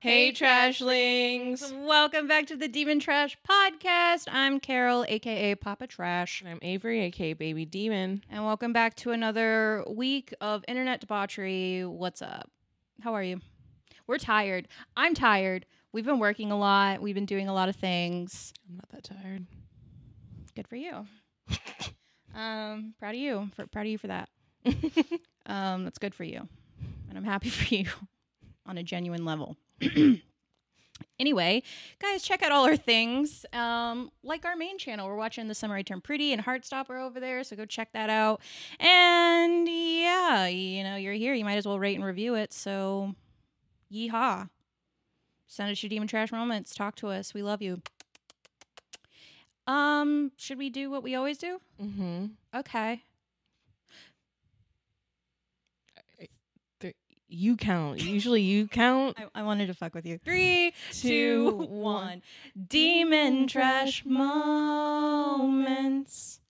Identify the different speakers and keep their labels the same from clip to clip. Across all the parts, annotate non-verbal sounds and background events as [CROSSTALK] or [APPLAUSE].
Speaker 1: Hey, Trashlings.
Speaker 2: Welcome back to the Demon Trash Podcast. I'm Carol, aka Papa Trash.
Speaker 1: I'm Avery, aka Baby Demon.
Speaker 2: And welcome back to another week of internet debauchery. What's up? How are you? We're tired. I'm tired. We've been working a lot. We've been doing a lot of things.
Speaker 1: I'm not that tired.
Speaker 2: Good for you. um, proud of you. For, proud of you for that. um, that's good for you. And I'm happy [LAUGHS] for you on a genuine level. [CLEARS THROAT] anyway, guys, check out all our things. Um, like our main channel, we're watching The Summer I Turn Pretty and Heartstopper over there, so go check that out. And yeah, you know, you're here. You might as well rate and review it. So, yeehaw. Send us your demon trash moments. Talk to us. We love you. Um, should we do what we always do?
Speaker 1: Mm-hmm.
Speaker 2: Okay.
Speaker 1: You count. Usually [LAUGHS] you count.
Speaker 2: I, I wanted to fuck with you. Three, two,
Speaker 1: Two,
Speaker 2: one. Demon trash moments.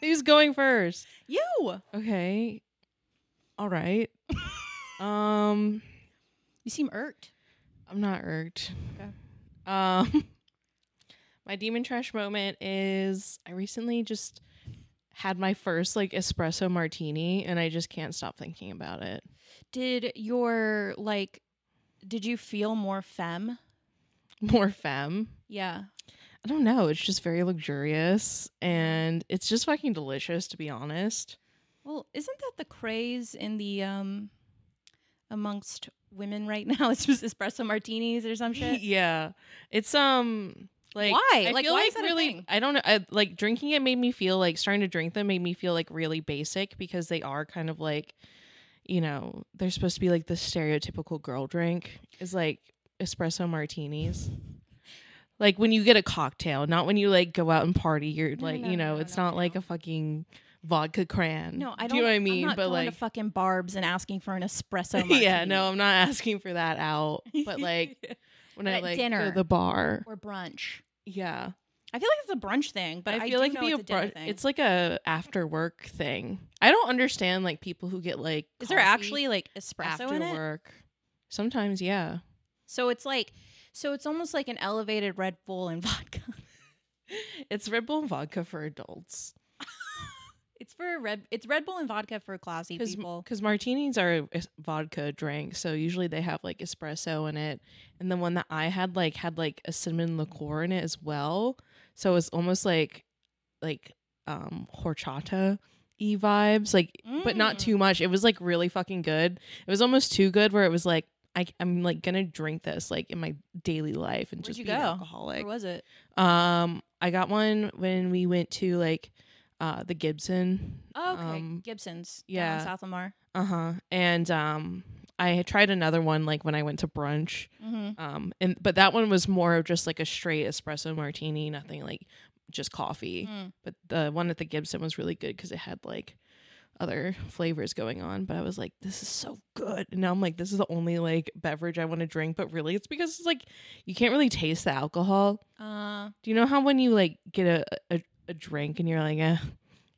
Speaker 1: Who's going first?
Speaker 2: You.
Speaker 1: Okay. All [LAUGHS] right. um,
Speaker 2: You seem irked.
Speaker 1: I'm not irked.
Speaker 2: Okay.
Speaker 1: Um, [LAUGHS] my demon trash moment is I recently just had my first like espresso martini, and I just can't stop thinking about it. [LAUGHS]
Speaker 2: Did your like? Did you feel more femme?
Speaker 1: More femme.
Speaker 2: Yeah.
Speaker 1: I don't know. It's just very luxurious and it's just fucking delicious, to be honest.
Speaker 2: Well, isn't that the craze in the um amongst women right [LAUGHS] now? It's just espresso martinis
Speaker 1: [LAUGHS]
Speaker 2: or some shit. [LAUGHS]
Speaker 1: yeah. It's, um, like,
Speaker 2: Why?
Speaker 1: I
Speaker 2: Like,
Speaker 1: feel
Speaker 2: why
Speaker 1: like
Speaker 2: is that a
Speaker 1: really,
Speaker 2: thing?
Speaker 1: I don't know. I, like, drinking it made me feel like starting to drink them made me feel like really basic because they are kind of like, you know, they're supposed to be like the stereotypical girl drink is like espresso martinis. Like when you get a cocktail, not when you like go out and party. You're
Speaker 2: No,
Speaker 1: like,
Speaker 2: no,
Speaker 1: you know,
Speaker 2: no,
Speaker 1: it's
Speaker 2: no,
Speaker 1: not like
Speaker 2: no.
Speaker 1: a fucking vodka cran.
Speaker 2: No, I don't.
Speaker 1: Do you know what I mean?
Speaker 2: am not
Speaker 1: but
Speaker 2: going
Speaker 1: like,
Speaker 2: to fucking Barb's and asking for an [LAUGHS] espresso.
Speaker 1: [LAUGHS]
Speaker 2: martini.
Speaker 1: yeah, no, I'm not asking for that out.
Speaker 2: [LAUGHS]
Speaker 1: But like when I
Speaker 2: At
Speaker 1: like go
Speaker 2: dinner.
Speaker 1: to the bar,
Speaker 2: or brunch.
Speaker 1: yeah.
Speaker 2: I feel like it's a brunch thing, but I,
Speaker 1: feel like
Speaker 2: do
Speaker 1: it'd
Speaker 2: know
Speaker 1: be a
Speaker 2: it's a, dinner
Speaker 1: brunch.
Speaker 2: thing.
Speaker 1: It's like a after work thing. I don't understand like people who get like
Speaker 2: is there
Speaker 1: coffee
Speaker 2: actually like espresso
Speaker 1: after
Speaker 2: in it?
Speaker 1: work? Sometimes, yeah. [LAUGHS]
Speaker 2: So it's like, so it's almost like an elevated Red Bull and [LAUGHS] vodka.
Speaker 1: It's Red Bull and vodka for adults
Speaker 2: It's for red. It's Red Bull and vodka for classy people.
Speaker 1: because martinis are a es- vodka drink, so usually they have like espresso in it, and the one that I had like had like a cinnamon liqueur in it as well, so it's almost like like um horchata e vibes, like but not
Speaker 2: Mm.
Speaker 1: too much. It was like really fucking good. It was almost too good where it was like I I'm like gonna drink this like in my daily life and
Speaker 2: Where'd
Speaker 1: just
Speaker 2: you
Speaker 1: be an
Speaker 2: go?
Speaker 1: alcoholic.
Speaker 2: Or was it?
Speaker 1: Um, I got one when we went to like uh the Gibson.
Speaker 2: Oh, okay,
Speaker 1: um,
Speaker 2: Gibson's. down
Speaker 1: yeah.
Speaker 2: on South Lamar.
Speaker 1: uh huh. And um, I had tried another one like when I went to brunch.
Speaker 2: hmm
Speaker 1: Um, and but that one was more of just like a straight espresso martini, nothing like just coffee.
Speaker 2: Mm.
Speaker 1: But the one at the Gibson was really good because it had like other flavors going on. But I was like, this is so good. And now I'm like, this is the only like beverage I want to drink. But really, it's because it's like you can't really taste the alcohol.
Speaker 2: Uh,
Speaker 1: Do you know how when you like get a a, a drink and you're like, eh,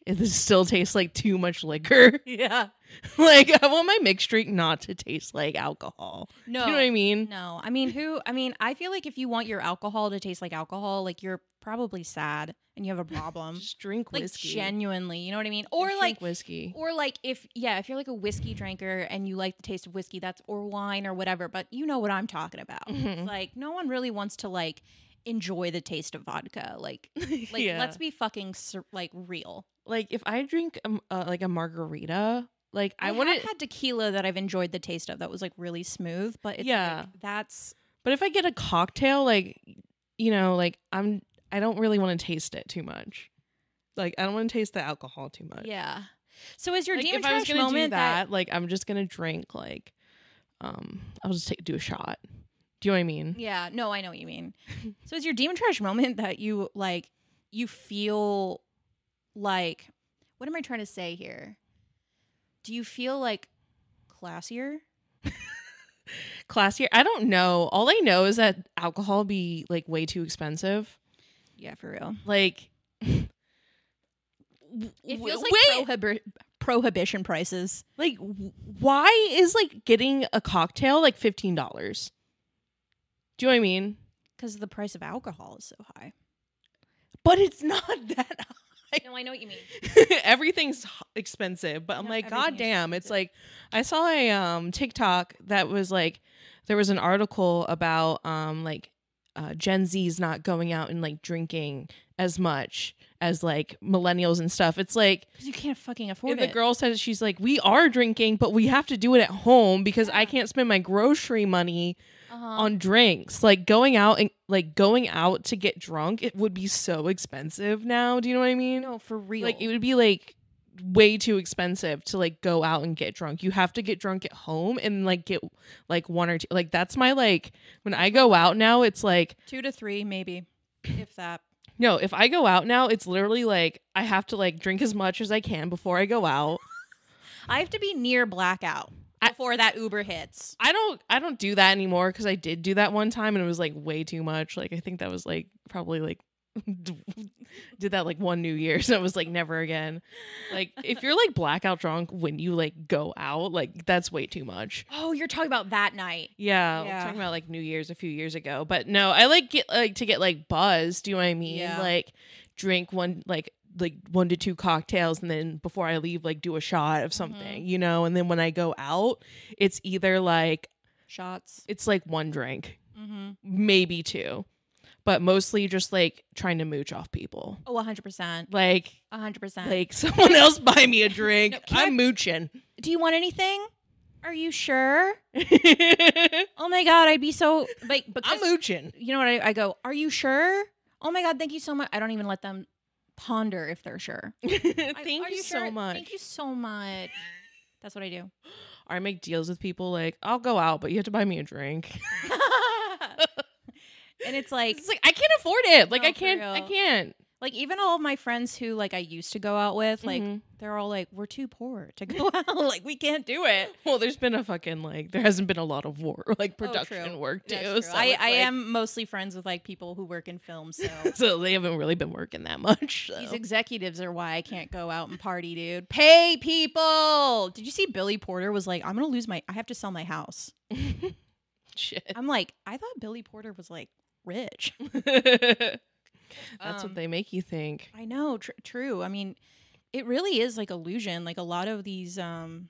Speaker 1: it this still tastes like too much liquor?
Speaker 2: [LAUGHS] yeah.
Speaker 1: [LAUGHS] like I want my mixed drink not to taste like alcohol.
Speaker 2: No.
Speaker 1: Do you know what I mean?
Speaker 2: No. I mean, who? I mean, I feel like if you want your alcohol to taste like alcohol, like you're probably sad and [LAUGHS] you have a problem.
Speaker 1: Um, Just drink
Speaker 2: like
Speaker 1: whiskey.
Speaker 2: genuinely, you know what I mean?
Speaker 1: Just
Speaker 2: Or
Speaker 1: drink
Speaker 2: like
Speaker 1: whiskey. [LAUGHS]
Speaker 2: Or like if yeah, if you're like a whiskey drinker and you like the taste of whiskey, that's or wine or whatever, but you know what I'm talking about.
Speaker 1: Mhm.
Speaker 2: It's like no one really wants to like enjoy the taste of vodka.
Speaker 1: [LAUGHS]
Speaker 2: Like like
Speaker 1: Yeah.
Speaker 2: let's be fucking ser- like real.
Speaker 1: like if I drink um, uh, like a margarita, like I,
Speaker 2: I,
Speaker 1: want
Speaker 2: have
Speaker 1: to.
Speaker 2: had tequila that I've enjoyed the taste of that was like really smooth, but it's yeah.
Speaker 1: Yeah.
Speaker 2: that's
Speaker 1: But if I get a cocktail, like you know, like I'm, I don't really want to taste it too much. Like I don't want to taste the alcohol too much.
Speaker 2: yeah. So is your
Speaker 1: Uh, Like,
Speaker 2: demon
Speaker 1: if I was
Speaker 2: trash
Speaker 1: gonna
Speaker 2: moment
Speaker 1: do that, like I'm just gonna drink like um I'll just take do a shot. Do you know what I mean?
Speaker 2: Yeah, no, I know what you [LAUGHS] mean. so it's your demon trash moment that you like you feel like what am I trying to say here? Do you feel like classier?
Speaker 1: Classier. I don't know. All I know is that alcohol be like way too expensive.
Speaker 2: Yeah, for real.
Speaker 1: Like
Speaker 2: It
Speaker 1: w-
Speaker 2: feels
Speaker 1: way-
Speaker 2: like prohibi- prohibition prices.
Speaker 1: Like, w- why is like getting a cocktail like fifteen dollars? Do you know what I mean?
Speaker 2: Because the price of alcohol is so high.
Speaker 1: But it's [LAUGHS] not that.
Speaker 2: [LAUGHS] No, I know what you mean.
Speaker 1: [LAUGHS] Everything's h- expensive, but I'm
Speaker 2: No,
Speaker 1: like,
Speaker 2: everything
Speaker 1: god
Speaker 2: is
Speaker 1: damn! It's
Speaker 2: expensive.
Speaker 1: like I saw a um TikTok that was like there was an article about um like uh, Gen Z's not going out and like drinking as much as like millennials and stuff. It's like
Speaker 2: Because you can't fucking afford
Speaker 1: And the
Speaker 2: it.
Speaker 1: girl said she's like, we are drinking, but we have to do it at home because I
Speaker 2: Yeah.
Speaker 1: can't spend my grocery money
Speaker 2: uh-huh.
Speaker 1: on drinks. Like going out and like going out to get drunk, it would be so expensive now. Do you know what I mean?
Speaker 2: no, for real.
Speaker 1: Like it would be like way too expensive to like go out and get drunk. You have to get drunk at home and like get like one or two. Like that's my like when I go out now, it's like
Speaker 2: Two to three, maybe, if that.
Speaker 1: no, if I go out now, it's literally like I have to like drink as much as I can before I go out.
Speaker 2: I have to be near blackout
Speaker 1: I-
Speaker 2: before that Uber hits.
Speaker 1: I don't I don't do that anymore because I did do that one time and it was like way too much. Like I think that was like probably like [LAUGHS] did that like one New [LAUGHS] Year's and it was like never again. Like if you're like blackout drunk when you like go out, like that's way too much.
Speaker 2: Oh, you're talking about that night.
Speaker 1: Yeah,
Speaker 2: Yeah.
Speaker 1: I'm talking about like New Year's a few years ago, but no, I like get like to get like buzzed. Do you know what I mean?
Speaker 2: Yeah.
Speaker 1: Like drink one like like one to two cocktails, and then before I leave, like do a shot
Speaker 2: Mm-hmm.
Speaker 1: of something, you know. And then when I go out, it's either like
Speaker 2: Shots.
Speaker 1: it's like one drink,
Speaker 2: Mm-hmm.
Speaker 1: maybe two, but mostly just like trying to mooch off people.
Speaker 2: Oh, 100%.
Speaker 1: Like,
Speaker 2: 100%.
Speaker 1: like [LAUGHS] someone else buy me a drink.
Speaker 2: [LAUGHS] No, can I-
Speaker 1: I'm mooching. [LAUGHS]
Speaker 2: do you want anything? Are you sure? Oh my God, I'd be so. Like,
Speaker 1: [LAUGHS] I'm
Speaker 2: because,
Speaker 1: mooching.
Speaker 2: you know what? I, I go, are you sure? Oh my God, thank you so much. I don't even let them ponder if
Speaker 1: [LAUGHS]
Speaker 2: they're sure. [LAUGHS] I-
Speaker 1: Thank
Speaker 2: "Are
Speaker 1: you, so
Speaker 2: sure?
Speaker 1: much.
Speaker 2: Thank you so
Speaker 1: [LAUGHS]
Speaker 2: much. That's what I do. [LAUGHS]
Speaker 1: I make deals with people like I'll go out, but you have to buy me a drink. [LAUGHS]
Speaker 2: and it's like,
Speaker 1: it's like I
Speaker 2: [LAUGHS]
Speaker 1: can't afford it. Like
Speaker 2: No,
Speaker 1: I
Speaker 2: Oh, for
Speaker 1: can't. I
Speaker 2: real.
Speaker 1: can't.
Speaker 2: like even all of my friends who like I used to go out with, like
Speaker 1: Mhm.
Speaker 2: they're all like, we're too poor to go [LAUGHS] out. like we can't do it.
Speaker 1: well, there's been a fucking like there hasn't been a lot of war [LAUGHS] like
Speaker 2: Oh, true.
Speaker 1: production work too.
Speaker 2: That's
Speaker 1: So
Speaker 2: true. I,
Speaker 1: it's
Speaker 2: I
Speaker 1: like-
Speaker 2: am mostly friends with like people who work in film, so
Speaker 1: [LAUGHS] So they haven't really been working that much.
Speaker 2: these
Speaker 1: so.
Speaker 2: executives are why I can't go out and party, dude. Pay people. Did you see Billy Porter was like, I'm gonna lose my I have to sell my house.
Speaker 1: [LAUGHS] Shit.
Speaker 2: I'm like, I thought Billy Porter was like rich.
Speaker 1: [LAUGHS]
Speaker 2: [LAUGHS]
Speaker 1: That's
Speaker 2: Um,
Speaker 1: what they make you think.
Speaker 2: I know, tr- true. I mean, it really is like illusion. Like a lot of these, um,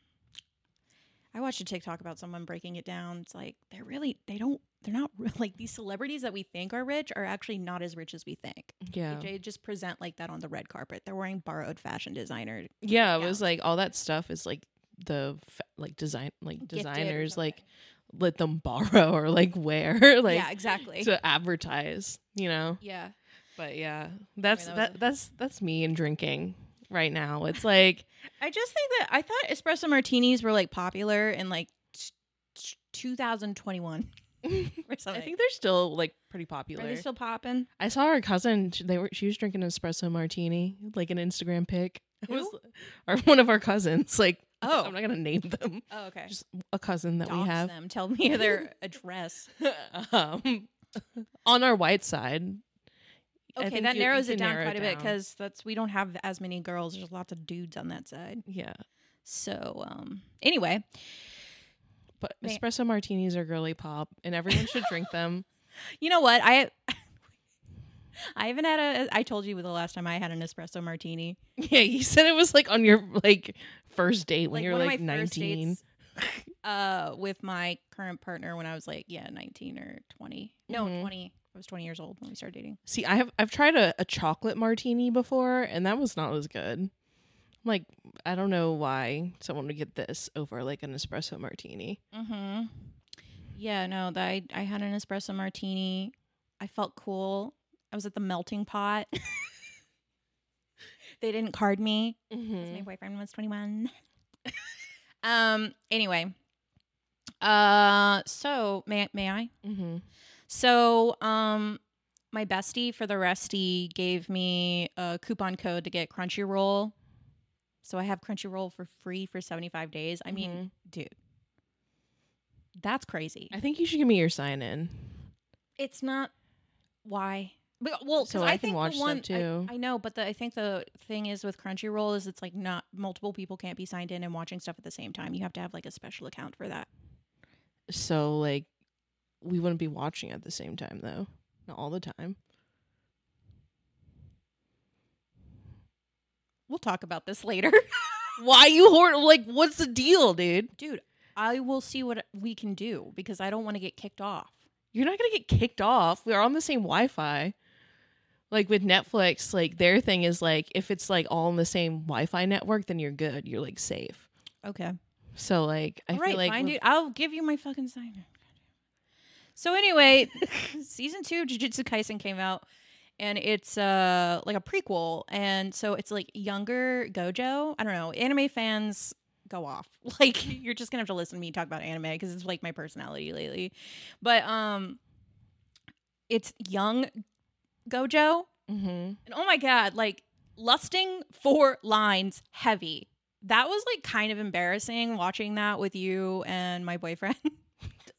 Speaker 2: I watched a TikTok about someone breaking it down. It's like they're really, they don't, they're not re- [LAUGHS] like these celebrities that we think are rich are actually not as rich as we think.
Speaker 1: Yeah.
Speaker 2: They just present like that on the red carpet. They're wearing borrowed fashion designer.
Speaker 1: Yeah, it
Speaker 2: Yeah.
Speaker 1: was like all that stuff is like the f- like design like
Speaker 2: gifted or
Speaker 1: designers like
Speaker 2: something.
Speaker 1: let them [LAUGHS] borrow or like wear [LAUGHS] like
Speaker 2: yeah, exactly.
Speaker 1: to advertise, you know.
Speaker 2: yeah.
Speaker 1: But yeah, that's
Speaker 2: that was
Speaker 1: that,
Speaker 2: a-
Speaker 1: that's that's me and drinking right now. It's
Speaker 2: [LAUGHS]
Speaker 1: like
Speaker 2: I just think that I thought espresso martinis were like popular in like t- t- [LAUGHS] 2021 or
Speaker 1: I
Speaker 2: something.
Speaker 1: think they're still like pretty
Speaker 2: are
Speaker 1: popular.
Speaker 2: they still popping?
Speaker 1: I saw our cousin. sh- They were she was drinking an espresso martini, like an Instagram pic. [LAUGHS] It was our [LAUGHS] one of our cousins. Like, [LAUGHS]
Speaker 2: Oh.
Speaker 1: I'm not gonna name them.
Speaker 2: Oh, okay.
Speaker 1: Just a cousin that we
Speaker 2: Dox
Speaker 1: have
Speaker 2: them. Tell me [LAUGHS] their address.
Speaker 1: [LAUGHS] um, on our white side. I
Speaker 2: Okay,
Speaker 1: think
Speaker 2: that
Speaker 1: you- you
Speaker 2: narrows
Speaker 1: can
Speaker 2: it down
Speaker 1: narrow
Speaker 2: quite a bit
Speaker 1: down.
Speaker 2: because that's we don't have as many girls. There's lots of dudes on that side.
Speaker 1: yeah,
Speaker 2: So um, anyway,
Speaker 1: but
Speaker 2: Ma-
Speaker 1: espresso martinis are girly pop, and everyone should
Speaker 2: [LAUGHS]
Speaker 1: drink them. [LAUGHS]
Speaker 2: you know what I. [LAUGHS] I haven't had a. I told you the last time I had an espresso martini.
Speaker 1: Yeah, you said it was like on your like first date when you were
Speaker 2: one of
Speaker 1: like
Speaker 2: my first
Speaker 1: 19.
Speaker 2: dates, uh, with my current partner when I was like yeah, nineteen or twenty. No,
Speaker 1: Mhm.
Speaker 2: twenty. I was twenty years old when we started dating.
Speaker 1: See, I have I've tried a, a chocolate martini before, and that was not as good. I'm like, I don't know why someone would get this over like an espresso martini.
Speaker 2: Mm-hmm. Yeah, no, that I, I had an espresso martini. I felt cool. I was at the melting pot. [LAUGHS] they didn't card me. 'cause
Speaker 1: Mm-hmm.
Speaker 2: My boyfriend was 21. [LAUGHS] um, anyway. Uh so may may I?
Speaker 1: Mm-hmm.
Speaker 2: So um my bestie for the resty gave me a coupon code to get Crunchyroll. So I have Crunchyroll for free for 75 days. I
Speaker 1: Mm-hmm.
Speaker 2: mean, dude. That's crazy.
Speaker 1: I think you should give me your sign in.
Speaker 2: It's not why But, well, 'cause
Speaker 1: So
Speaker 2: I,
Speaker 1: I can
Speaker 2: think
Speaker 1: watch
Speaker 2: the
Speaker 1: stuff
Speaker 2: one, I-
Speaker 1: too.
Speaker 2: I, know, but the, I think the thing is with Crunchyroll is it's like not multiple people can't be signed in and watching stuff at the same time. You have to have like a special account for that.
Speaker 1: So like we wouldn't be watching at the same time though. Not all the time.
Speaker 2: We'll talk about
Speaker 1: [LAUGHS]
Speaker 2: this [LAUGHS] later,
Speaker 1: Why you hoard like what's the deal, dude?
Speaker 2: dude. I will see what we can do because I don't want to get kicked off.
Speaker 1: You're not gonna get kicked off. We're on the same Wi Fi. Like with Netflix, like their thing is like if it's like all in the same Wi Fi network, then you're good. You're like safe.
Speaker 2: Okay.
Speaker 1: So like I
Speaker 2: All right,
Speaker 1: feel like
Speaker 2: fine,
Speaker 1: with-
Speaker 2: dude. I'll give you my fucking sign. So anyway, [LAUGHS] season two of Jujutsu Kaisen came out, and it's uh like a prequel, and so it's like younger Gojo. I don't know. Anime fans go off. [LAUGHS] Like you're just gonna have to listen to me talk about anime because it's like my personality lately. But um, it's young Gojo,
Speaker 1: Mhm.
Speaker 2: and oh my god, like lusting for lines heavy. That was like kind of embarrassing watching that with you and my boyfriend. [LAUGHS]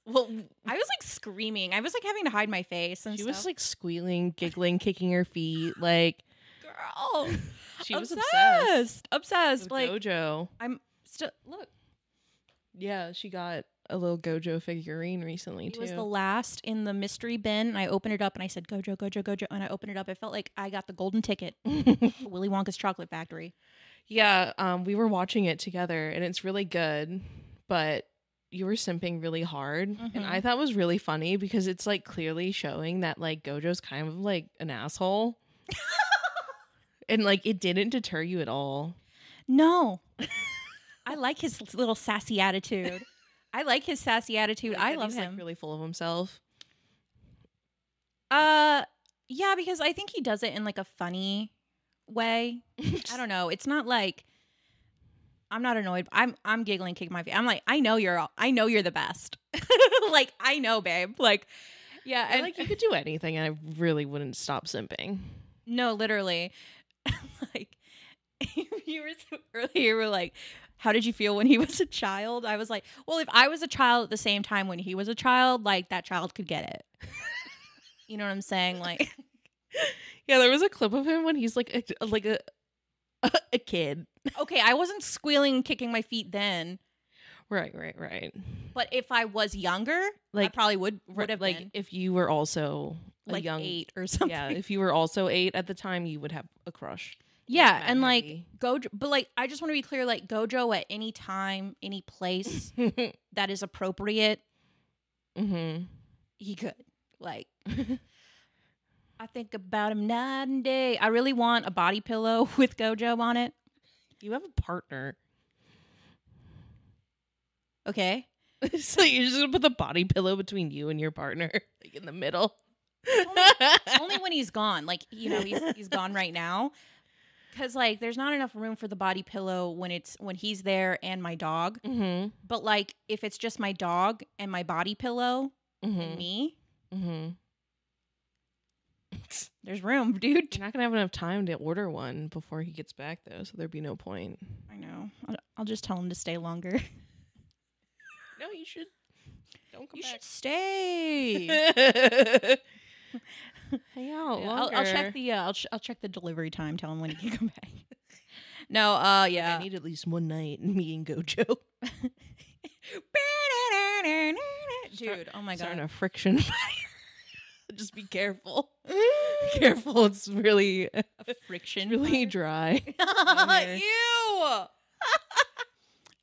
Speaker 1: Well,
Speaker 2: I was like screaming. I was like having to hide my face and
Speaker 1: she
Speaker 2: stuff.
Speaker 1: was like squealing, giggling, kicking her feet. [LAUGHS] Like
Speaker 2: girl,
Speaker 1: [LAUGHS] she was obsessed.
Speaker 2: obsessed, obsessed.
Speaker 1: with
Speaker 2: Like,
Speaker 1: Gojo.
Speaker 2: still, look,
Speaker 1: Yeah, she got a little Gojo figurine recently
Speaker 2: it
Speaker 1: too.
Speaker 2: was the last in the mystery bin. And I opened it up and I said, "Gojo, Gojo, Gojo," and I opened it up. It felt like I got the golden ticket,
Speaker 1: [LAUGHS]
Speaker 2: to Willy Wonka's Chocolate Factory.
Speaker 1: yeah, um, we were watching it together, and it's really good. But you were simping really hard, and I
Speaker 2: Mhm.
Speaker 1: thought it was really funny because it's like clearly showing that like Gojo's kind of like an asshole, [LAUGHS] and like it didn't deter you at all.
Speaker 2: No. [LAUGHS] I like his little sassy attitude. I like his sassy attitude.
Speaker 1: Like,
Speaker 2: I
Speaker 1: that
Speaker 2: love
Speaker 1: he's,
Speaker 2: him.
Speaker 1: Like, really full of himself.
Speaker 2: uh yeah, because I think he does it in like a funny
Speaker 1: [LAUGHS]
Speaker 2: way. I don't know. It's not like I'm not annoyed. I'm I'm giggling, kicking my feet. I'm like, I know you're all, I know you're the best. [LAUGHS] like I know, babe. Like yeah,
Speaker 1: I like you could do anything, and I really wouldn't stop simping.
Speaker 2: No, literally. [LAUGHS] like [LAUGHS] you were so earlier you were like, how did you feel when he [LAUGHS] was a child? I was like, well, if I was a child at the same time when he was a child, like that child could get it.
Speaker 1: [LAUGHS]
Speaker 2: you know what I'm saying? Like [LAUGHS]
Speaker 1: Yeah, there was a clip of him when he's like a, like a [LAUGHS] a kid.
Speaker 2: okay, I wasn't squealing kicking my feet then,
Speaker 1: Right, right, right.
Speaker 2: but if I was younger, like I
Speaker 1: Like-
Speaker 2: probably would would
Speaker 1: Right,
Speaker 2: have
Speaker 1: like
Speaker 2: been
Speaker 1: if you were also a
Speaker 2: like
Speaker 1: young [LAUGHS]
Speaker 2: eight or something. [LAUGHS]
Speaker 1: yeah if you were also eight at the time you would have a crush
Speaker 2: Yeah,
Speaker 1: Mad
Speaker 2: and like
Speaker 1: Heavy.
Speaker 2: Gojo, but like I just want to be clear, like Gojo at any time, any
Speaker 1: [CLEARS THROAT]
Speaker 2: place that is appropriate,
Speaker 1: [LAUGHS] mm-hmm.
Speaker 2: he could. Like, I think about him night and day. I really want a body pillow [LAUGHS] with Gojo on it.
Speaker 1: you have a partner
Speaker 2: Okay.
Speaker 1: [LAUGHS] so you're just gonna put the body pillow between you and your partner [LAUGHS] like in the middle [LAUGHS]
Speaker 2: Only when he's gone. Like, you know, he's, he's gone right now. Cause like there's not enough room for the body pillow when it's when he's there and my dog.
Speaker 1: Mhm,
Speaker 2: But like if it's just my dog and my body pillow and
Speaker 1: mhm,
Speaker 2: me,
Speaker 1: mhm. mm-hmm. [LAUGHS]
Speaker 2: there's room, [LAUGHS] dude.
Speaker 1: You're not gonna have enough time to order one before he gets back, though, so there'd be no point.
Speaker 2: I know. I'll, I'll just tell him to stay longer.
Speaker 1: No, you should. Don't come
Speaker 2: You should
Speaker 1: back.
Speaker 2: stay.
Speaker 1: [LAUGHS] Hang out
Speaker 2: Yeah, I'll, I'll check the uh, I'll, ch- I'll check the delivery time. Tell him when he can come back. [LAUGHS] no, uh, Oh yeah.
Speaker 1: I need at least one night me and Gojo.
Speaker 2: [LAUGHS] Dude, oh my
Speaker 1: Starting
Speaker 2: god.
Speaker 1: a friction [LAUGHS] fire. Just be [LAUGHS] careful. Be careful. It's really,
Speaker 2: A [LAUGHS] friction
Speaker 1: really dry.
Speaker 2: [LAUGHS] fire. [LAUGHS] Ew.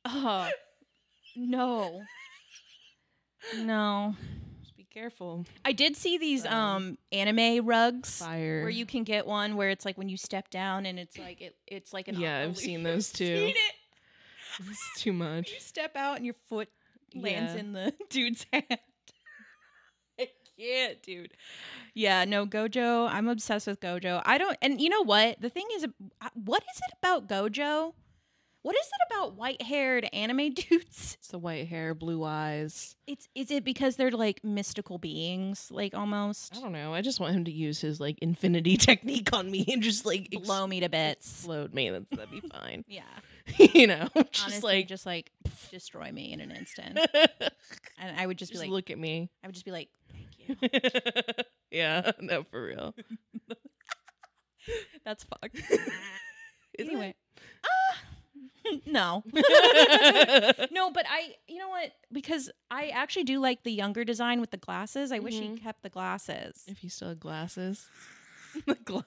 Speaker 2: oh. No. No.
Speaker 1: Just be careful.
Speaker 2: I did see these
Speaker 1: Um,
Speaker 2: um anime rugs
Speaker 1: Fire.
Speaker 2: where you can get one where it's like when you step down and it's like it it's like an
Speaker 1: Yeah, I've
Speaker 2: olive. [LAUGHS]
Speaker 1: seen those
Speaker 2: Seen
Speaker 1: too.
Speaker 2: it.
Speaker 1: [LAUGHS] It's too much.
Speaker 2: You step out and your foot lands
Speaker 1: Yeah.
Speaker 2: in the [LAUGHS] dude's hand. I can't, [LAUGHS] dude. Yeah, no, Gojo. I'm obsessed with Gojo. I don't, and you know what? The thing is, uh, what is it about Gojo? What is it about white haired anime [LAUGHS] dudes?
Speaker 1: It's the white hair, blue eyes.
Speaker 2: It's is it because they're like mystical beings, like
Speaker 1: I
Speaker 2: almost
Speaker 1: don't know. I just want him to use his like infinity [LAUGHS] technique on me and just like ex-
Speaker 2: blow me to bits.
Speaker 1: explode me. That's, that'd be fine. [LAUGHS]
Speaker 2: Yeah,
Speaker 1: you know, [LAUGHS] just
Speaker 2: honestly,
Speaker 1: like
Speaker 2: just like destroy me in an
Speaker 1: [LAUGHS]
Speaker 2: instant,
Speaker 1: just,
Speaker 2: and I would just, be like, [LAUGHS]
Speaker 1: look at me. [LAUGHS]
Speaker 2: I would just be like, thank you.
Speaker 1: yeah. yeah, [LAUGHS] no, for real. [LAUGHS]
Speaker 2: That's fucked.
Speaker 1: Isn't
Speaker 2: anyway. Ah, [LAUGHS] no. [LAUGHS]
Speaker 1: it?
Speaker 2: no, but I, you know what? Because I actually do like the younger design with the glasses. I wish he
Speaker 1: Mhm.
Speaker 2: kept the glasses.
Speaker 1: if you still had
Speaker 2: [LAUGHS]
Speaker 1: glasses, the glasses.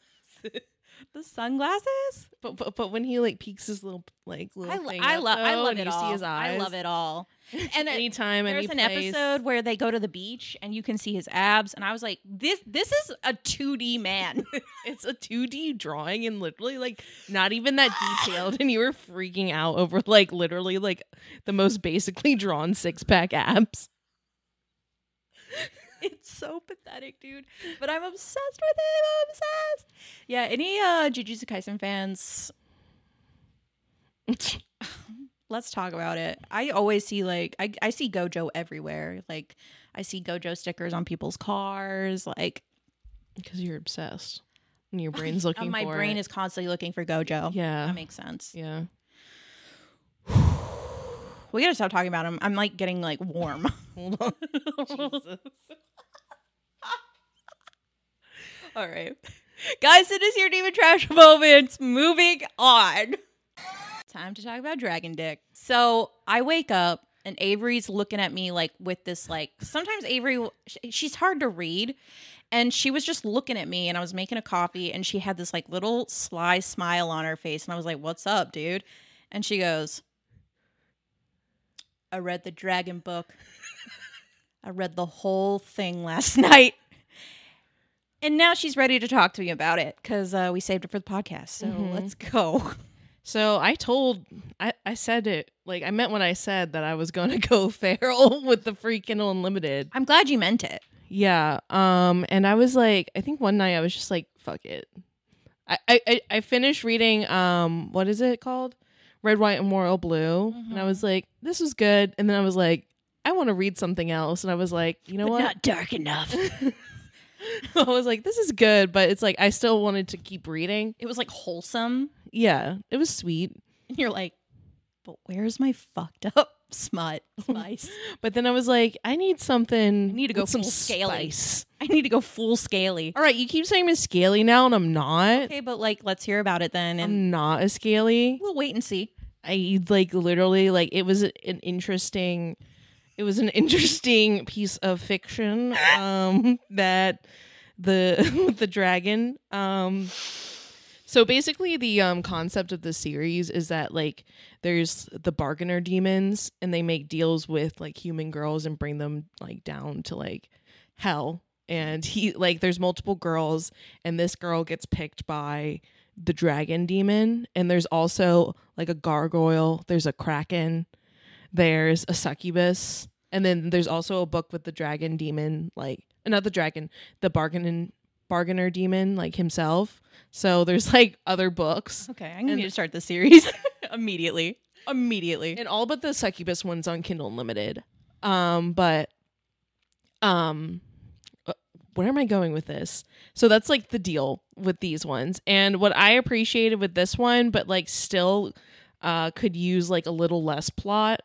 Speaker 2: The sunglasses?
Speaker 1: But, but but when he like peeks his little like little
Speaker 2: I, lo-
Speaker 1: thing
Speaker 2: I,
Speaker 1: up,
Speaker 2: lo- I
Speaker 1: though,
Speaker 2: love
Speaker 1: and
Speaker 2: it
Speaker 1: you
Speaker 2: all.
Speaker 1: See his eyes.
Speaker 2: I love it
Speaker 1: [LAUGHS]
Speaker 2: all. And it-
Speaker 1: anytime,
Speaker 2: there's
Speaker 1: any
Speaker 2: an
Speaker 1: place.
Speaker 2: episode where they go to the beach and you can see his abs, and I was like, "This, this is a 2D man." [LAUGHS]
Speaker 1: It's a 2D drawing and literally like not even that
Speaker 2: [GASPS]
Speaker 1: detailed and you were freaking out over like literally like the most basically drawn six pack abs. [LAUGHS]
Speaker 2: it's so pathetic, dude. But I'm obsessed with him. I'm obsessed. Yeah. Any uh, Jujutsu Kaisen fans? Let's talk about it. I always see like I, I see Gojo everywhere. Like I see Gojo stickers on people's cars. Like
Speaker 1: Because you're obsessed. And
Speaker 2: [LAUGHS]
Speaker 1: your brain's looking
Speaker 2: uh, my
Speaker 1: for
Speaker 2: brain
Speaker 1: it.
Speaker 2: is constantly looking for Gojo.
Speaker 1: Yeah.
Speaker 2: That makes sense.
Speaker 1: Yeah.
Speaker 2: We gotta stop talking about him. I'm like getting like
Speaker 1: [LAUGHS]
Speaker 2: warm.
Speaker 1: Hold
Speaker 2: [LAUGHS]
Speaker 1: on.
Speaker 2: All right. Guys, it is your Demon Trash Moments. Moving on. Time to talk about Dragon Dick. So I wake up and Avery's looking at me like with this, like, sometimes Avery, sh- she's hard to read. And she was just looking at me and I was making a coffee and she had this like little sly smile on her face. And I was like, What's up, dude? And she goes, I read the dragon book. I read the whole thing last [LAUGHS] night. And now she's ready to talk to me about it because uh, we saved it for the podcast. So
Speaker 1: Mhm.
Speaker 2: let's go.
Speaker 1: So I told I, I said it like I meant when I said that I was gonna [LAUGHS] go feral with the free Kindle Unlimited.
Speaker 2: I'm glad you meant it.
Speaker 1: Yeah. Um, and I was like, I think one night I was just like, fuck it. I I, I- I finished reading um what is it called? Red, White, and Royal Blue. And I
Speaker 2: Mhm.
Speaker 1: was like, this was good. And then I was like, I want to read something else. And I was like, you know
Speaker 2: But
Speaker 1: what?
Speaker 2: Not dark enough. [LAUGHS]
Speaker 1: [LAUGHS] I was like, this is good, but it's like I still wanted to keep reading.
Speaker 2: it was like wholesome.
Speaker 1: Yeah. It was sweet.
Speaker 2: And you're like, but where's my fucked up [LAUGHS] smut spice?
Speaker 1: But then I was like, I need something.
Speaker 2: I need to go
Speaker 1: with some
Speaker 2: full scaly.
Speaker 1: spice.
Speaker 2: I need to go full scaly.
Speaker 1: All right, you keep saying I'm scaly now, and I'm not.
Speaker 2: Okay, but like, let's hear about it then. And
Speaker 1: I'm not a scaly.
Speaker 2: we'll wait and see.
Speaker 1: I like literally like it was an interesting it was an [LAUGHS] interesting piece of fiction um that the [LAUGHS] the dragon um so basically the um concept of the series is that like there's the bargainer demons and they make deals with like human girls and bring them like down to like hell and he like there's multiple girls and this girl gets picked by the dragon demon and there's also like a gargoyle there's a kraken there's a succubus and then there's also a book with the dragon demon like uh, not the dragon the bargain bargainer demon like himself so there's like other books
Speaker 2: Okay, I'm
Speaker 1: And-
Speaker 2: going to start the series [LAUGHS] immediately. Immediately.
Speaker 1: and all but the succubus ones on kindle unlimited um but um uh, where am i going with this so that's like the deal with these ones and what i appreciated with this one but like still uh could use like a little less plot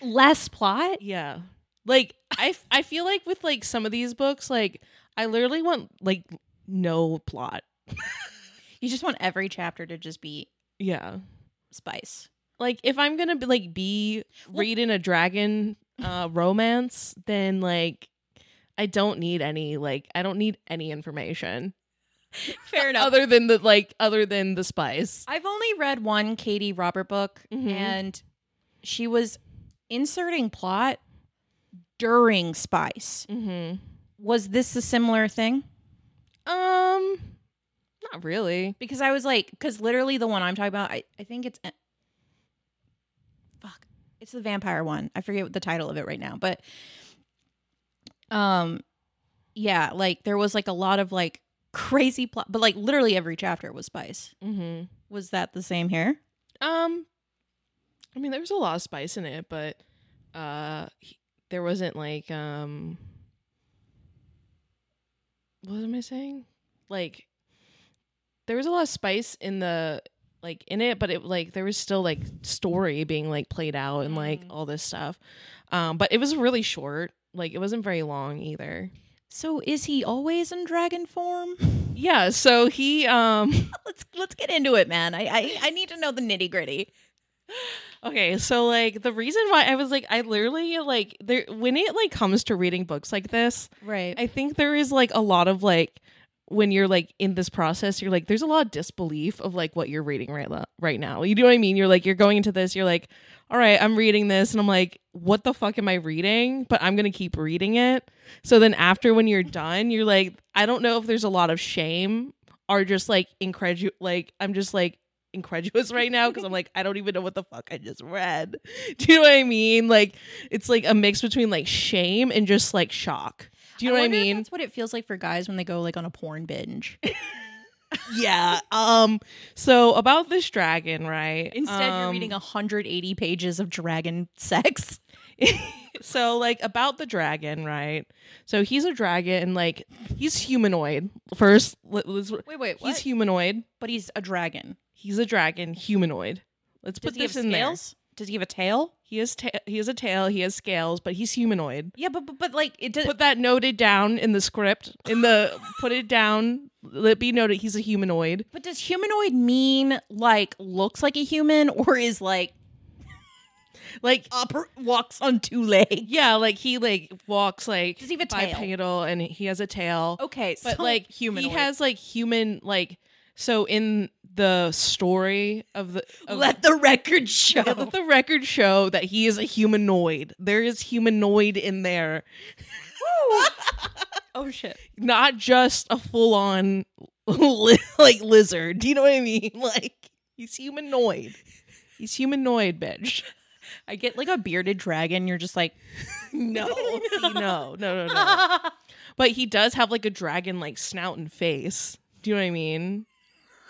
Speaker 2: Less plot?
Speaker 1: yeah like i f- i feel like with like some of these books like i literally want like no plot
Speaker 2: You just want every chapter to just be
Speaker 1: yeah
Speaker 2: spice.
Speaker 1: like if i'm gonna be, like be
Speaker 2: Well-
Speaker 1: reading a dragon uh romance then like i don't need any like i don't need any information
Speaker 2: [LAUGHS] Fair
Speaker 1: other than the like other than the spice
Speaker 2: [LAUGHS] I've only read one Katie Robert book,
Speaker 1: Mhm.
Speaker 2: and she was inserting plot during Spice.
Speaker 1: mm-hmm.
Speaker 2: Was this a similar thing?
Speaker 1: um not really
Speaker 2: Because I was like, because literally the one I'm talking about, I, I think it's. eh, Fuck. It's the vampire one. I forget what the title of it right now, but. Um, yeah, like there was like a lot of like crazy plot, but like literally every chapter was Spice.
Speaker 1: mm-hmm.
Speaker 2: Was that the same here?
Speaker 1: um i mean there was a lot of spice in it but uh he- there wasn't like um what am i saying like there was a lot of spice in the like in it but it like there was still like story being like played out and like
Speaker 2: Mhm.
Speaker 1: all this stuff um but it was really short like it wasn't very long either.
Speaker 2: So is he always in dragon form? [LAUGHS]
Speaker 1: Yeah, so he um [LAUGHS]
Speaker 2: let's let's get into it, man. I I, I need to know the nitty gritty.
Speaker 1: okay, so like the reason why I was like I literally like there when it like comes to reading books like this,
Speaker 2: Right.
Speaker 1: I think there is like a lot of like when you're like in this process, you're like there's a lot of disbelief of like what you're reading right lo- right now. You know what I mean? You're like you're going into this, you're like, all right, I'm reading this, and I'm like, what the fuck am I reading? But I'm gonna keep reading it. So then after when you're done, you're like, I don't know if there's a lot of shame or just like incredu like I'm just like incredulous [LAUGHS] right now because I'm like I don't even know what the fuck I just read. [LAUGHS] Do you know what I mean? Like it's like a mix between like shame and just like shock. Do you know what I
Speaker 2: wonder if
Speaker 1: mean?
Speaker 2: That's what it feels like for guys when they go like on a porn binge.
Speaker 1: yeah. Um. So about this dragon, right? Um,
Speaker 2: Instead, you're reading 180 pages of dragon [LAUGHS] sex.
Speaker 1: so like about the dragon, right? So he's a dragon, and like he's humanoid. First, let- let's-
Speaker 2: Wait, wait,
Speaker 1: he's humanoid.
Speaker 2: but he's a dragon. He's
Speaker 1: He's a dragon, humanoid. Let's put this in
Speaker 2: Does he have a tail?
Speaker 1: there. He has ta- he has a tail. He has scales, but he's humanoid.
Speaker 2: Yeah, but but, but like it does.
Speaker 1: Put that noted down in the script. In
Speaker 2: [LAUGHS]
Speaker 1: the put it down. Let it be noted he's a humanoid.
Speaker 2: but does humanoid mean like looks like a human [LAUGHS] or is like
Speaker 1: Like
Speaker 2: upper walks on two legs?
Speaker 1: yeah, like he like walks like
Speaker 2: Does he have a tail?
Speaker 1: bipedal and he has a tail.
Speaker 2: Okay,
Speaker 1: but
Speaker 2: so
Speaker 1: like
Speaker 2: humanoid.
Speaker 1: he has like human like so in the story of the of,
Speaker 2: Let the [LAUGHS] record show.
Speaker 1: yeah, let the record show that he is a humanoid there is humanoid in there
Speaker 2: oh shit!
Speaker 1: not just a full-on [LAUGHS] li- like lizard do you know what i mean [LAUGHS] like he's humanoid he's humanoid bitch [LAUGHS]
Speaker 2: I get like a bearded dragon. You're just [LAUGHS] like
Speaker 1: no see, no no no no but he does have like a dragon like snout and face do you know what i mean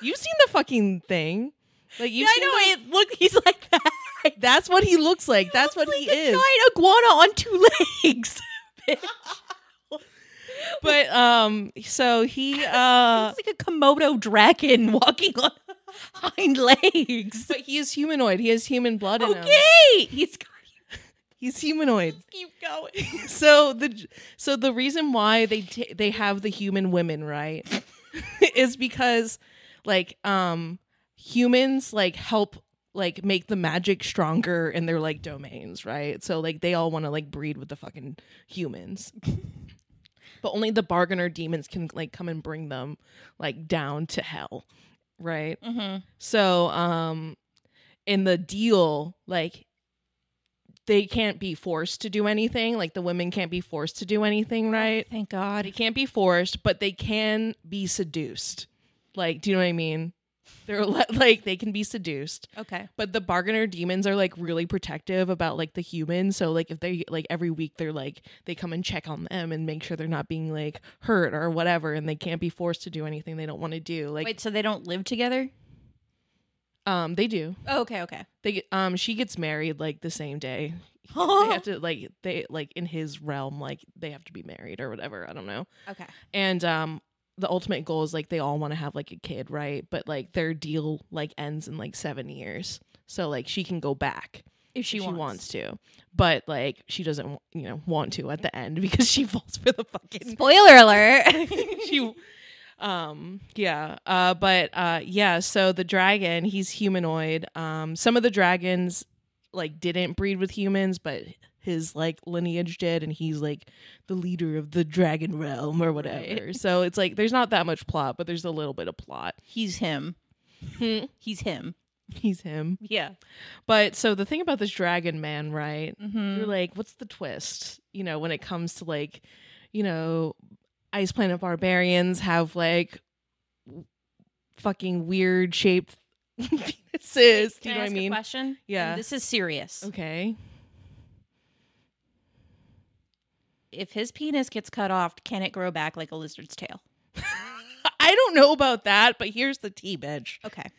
Speaker 1: you've seen the fucking thing like you've
Speaker 2: Yeah,
Speaker 1: seen the-
Speaker 2: I know. It look, he's like that.
Speaker 1: That's what he looks like. That's what
Speaker 2: [LAUGHS] Like
Speaker 1: he
Speaker 2: a
Speaker 1: is.
Speaker 2: Giant iguana on two [LAUGHS] legs.
Speaker 1: But um, so he uh,
Speaker 2: [LAUGHS] It's like a Komodo dragon [LAUGHS] walking on hind [LAUGHS] legs.
Speaker 1: but he is humanoid. He has human blood in him.
Speaker 2: Okay, he's got
Speaker 1: He's humanoid.
Speaker 2: keep going.
Speaker 1: [LAUGHS] So the so the reason why they t- they have the human women right [LAUGHS] is because like um humans like help like make the magic stronger in their like domains right so like they all want to like breed with the fucking humans [LAUGHS] but only the bargainer demons can like come and bring them like down to hell right
Speaker 2: Mm-hmm.
Speaker 1: so, um, in the deal, like they can't be forced to do anything. Like the women can't be forced to do anything, right?
Speaker 2: Thank
Speaker 1: They
Speaker 2: God.
Speaker 1: can't be forced, but they can be seduced. Like, do you know what I mean? They're le- [LAUGHS] like they can be seduced,
Speaker 2: Okay.
Speaker 1: but the bargainer demons are like really protective about like the humans. So like if they like every week they're like they come and check on them and make sure they're not being like hurt or whatever, and they can't be forced to do anything they don't want to do. Like
Speaker 2: Wait, so they don't live together?
Speaker 1: um, they do.
Speaker 2: Oh, okay, [LAUGHS] okay.
Speaker 1: They get- um she gets married like the same day. They have to like they like in his realm like they have to be married or whatever. I don't know.
Speaker 2: okay.
Speaker 1: And um the ultimate goal is like they all want to have like a kid, right? But like their deal like ends in like 7 years. So like she can go back
Speaker 2: If
Speaker 1: she wants. to. But like she doesn't you know want to at the end [LAUGHS] because she falls for the fucking
Speaker 2: Spoiler [LAUGHS] alert.
Speaker 1: [LAUGHS] she um yeah uh but uh yeah so the dragon he's humanoid um some of the dragons like didn't breed with humans but his like lineage did and he's like the leader of the dragon realm or whatever so it's like there's not that much plot but there's a little bit of plot
Speaker 2: he's him. He's him.
Speaker 1: [LAUGHS] he's him
Speaker 2: Yeah.
Speaker 1: but so the thing about this dragon man right
Speaker 2: Mm-hmm.
Speaker 1: you're like what's the twist you know when it comes to like you know ice planet barbarians have like w- fucking weird shaped [LAUGHS] penises do you know what i mean
Speaker 2: question?
Speaker 1: Yeah.
Speaker 2: And this is serious.
Speaker 1: okay [LAUGHS]
Speaker 2: If his penis gets cut off, can it grow back like a lizard's tail?
Speaker 1: i don't know about that but here's the tea
Speaker 2: [LAUGHS]
Speaker 1: bitch
Speaker 2: Okay.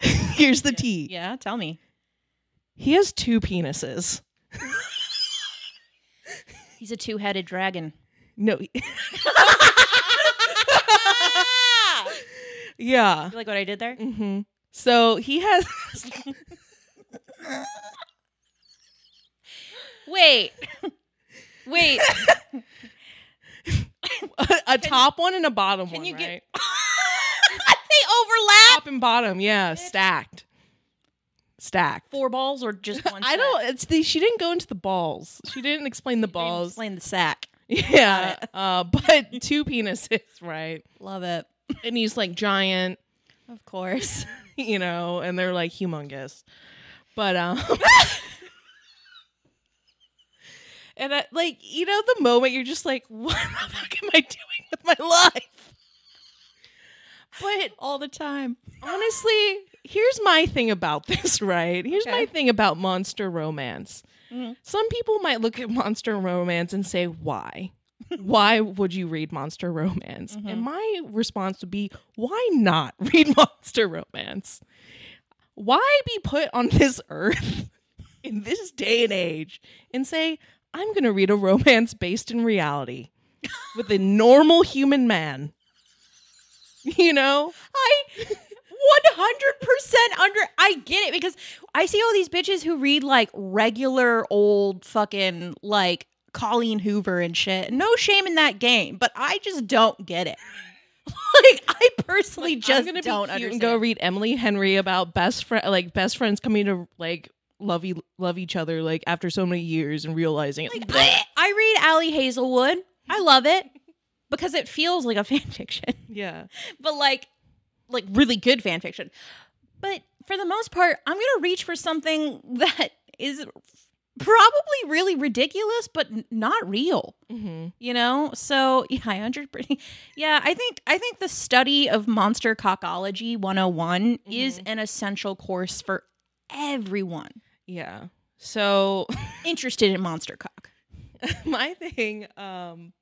Speaker 1: here's the tea
Speaker 2: Yeah, tell me.
Speaker 1: he has two penises
Speaker 2: He's a two-headed dragon.
Speaker 1: no [LAUGHS]
Speaker 2: [LAUGHS]
Speaker 1: yeah
Speaker 2: You like what I did there?
Speaker 1: hmm so he has [LAUGHS]
Speaker 2: Wait. [LAUGHS] Wait,
Speaker 1: a top one and a bottom
Speaker 2: can
Speaker 1: one,
Speaker 2: you get-
Speaker 1: right?
Speaker 2: [LAUGHS] they overlap.
Speaker 1: Top and bottom, yeah, stacked, stacked.
Speaker 2: Four balls or [LAUGHS] just one?
Speaker 1: I don't. It's the she didn't go into the balls. She didn't explain the balls.
Speaker 2: Explain the sack.
Speaker 1: [LAUGHS] yeah, uh, but [LAUGHS] two penises, right?
Speaker 2: Love it.
Speaker 1: And he's like giant,
Speaker 2: Of course.
Speaker 1: you know, and they're like humongous. But um [LAUGHS] And I, like you know the moment you're just like [LAUGHS] what the fuck am I doing with my life? But
Speaker 2: [LAUGHS] All the time.
Speaker 1: honestly, here's my thing about [LAUGHS] this, right? Here's my
Speaker 2: Okay.
Speaker 1: thing about monster romance.
Speaker 2: Mhm.
Speaker 1: Some people might look at monster romance and say, why? why would you read monster romance?
Speaker 2: Mhm.
Speaker 1: And my response would be, why not [LAUGHS] read monster romance? Why be put on this earth [LAUGHS] in this day and age and say, I'm going to read a romance based in reality with a normal human man? [LAUGHS] You know?
Speaker 2: I 100% under I get it because I see all these bitches who read like regular old fucking like Colleen Hoover and shit. No shame in that game, but I just don't get it. [LAUGHS] Like I personally
Speaker 1: Like, I'm
Speaker 2: just
Speaker 1: gonna be
Speaker 2: don't
Speaker 1: cute
Speaker 2: understand.
Speaker 1: And go read Emily Henry about best friend, like best friends coming to like love e- love each other like after so many years and realizing it.
Speaker 2: like, I, I read Allie Hazelwood. I love [LAUGHS] it because it feels like a fan fiction. [LAUGHS]
Speaker 1: yeah,
Speaker 2: but like like really good fan fiction. But for the most part, I'm gonna reach for something [LAUGHS] that is probably really ridiculous, but n- not real.
Speaker 1: hmm
Speaker 2: You know, so [LAUGHS] yeah, I hundred percent. Yeah, I think I think the study of monster cockology 101 is an essential course for everyone
Speaker 1: yeah. So [LAUGHS]
Speaker 2: interested in monster cock.
Speaker 1: my thing, um,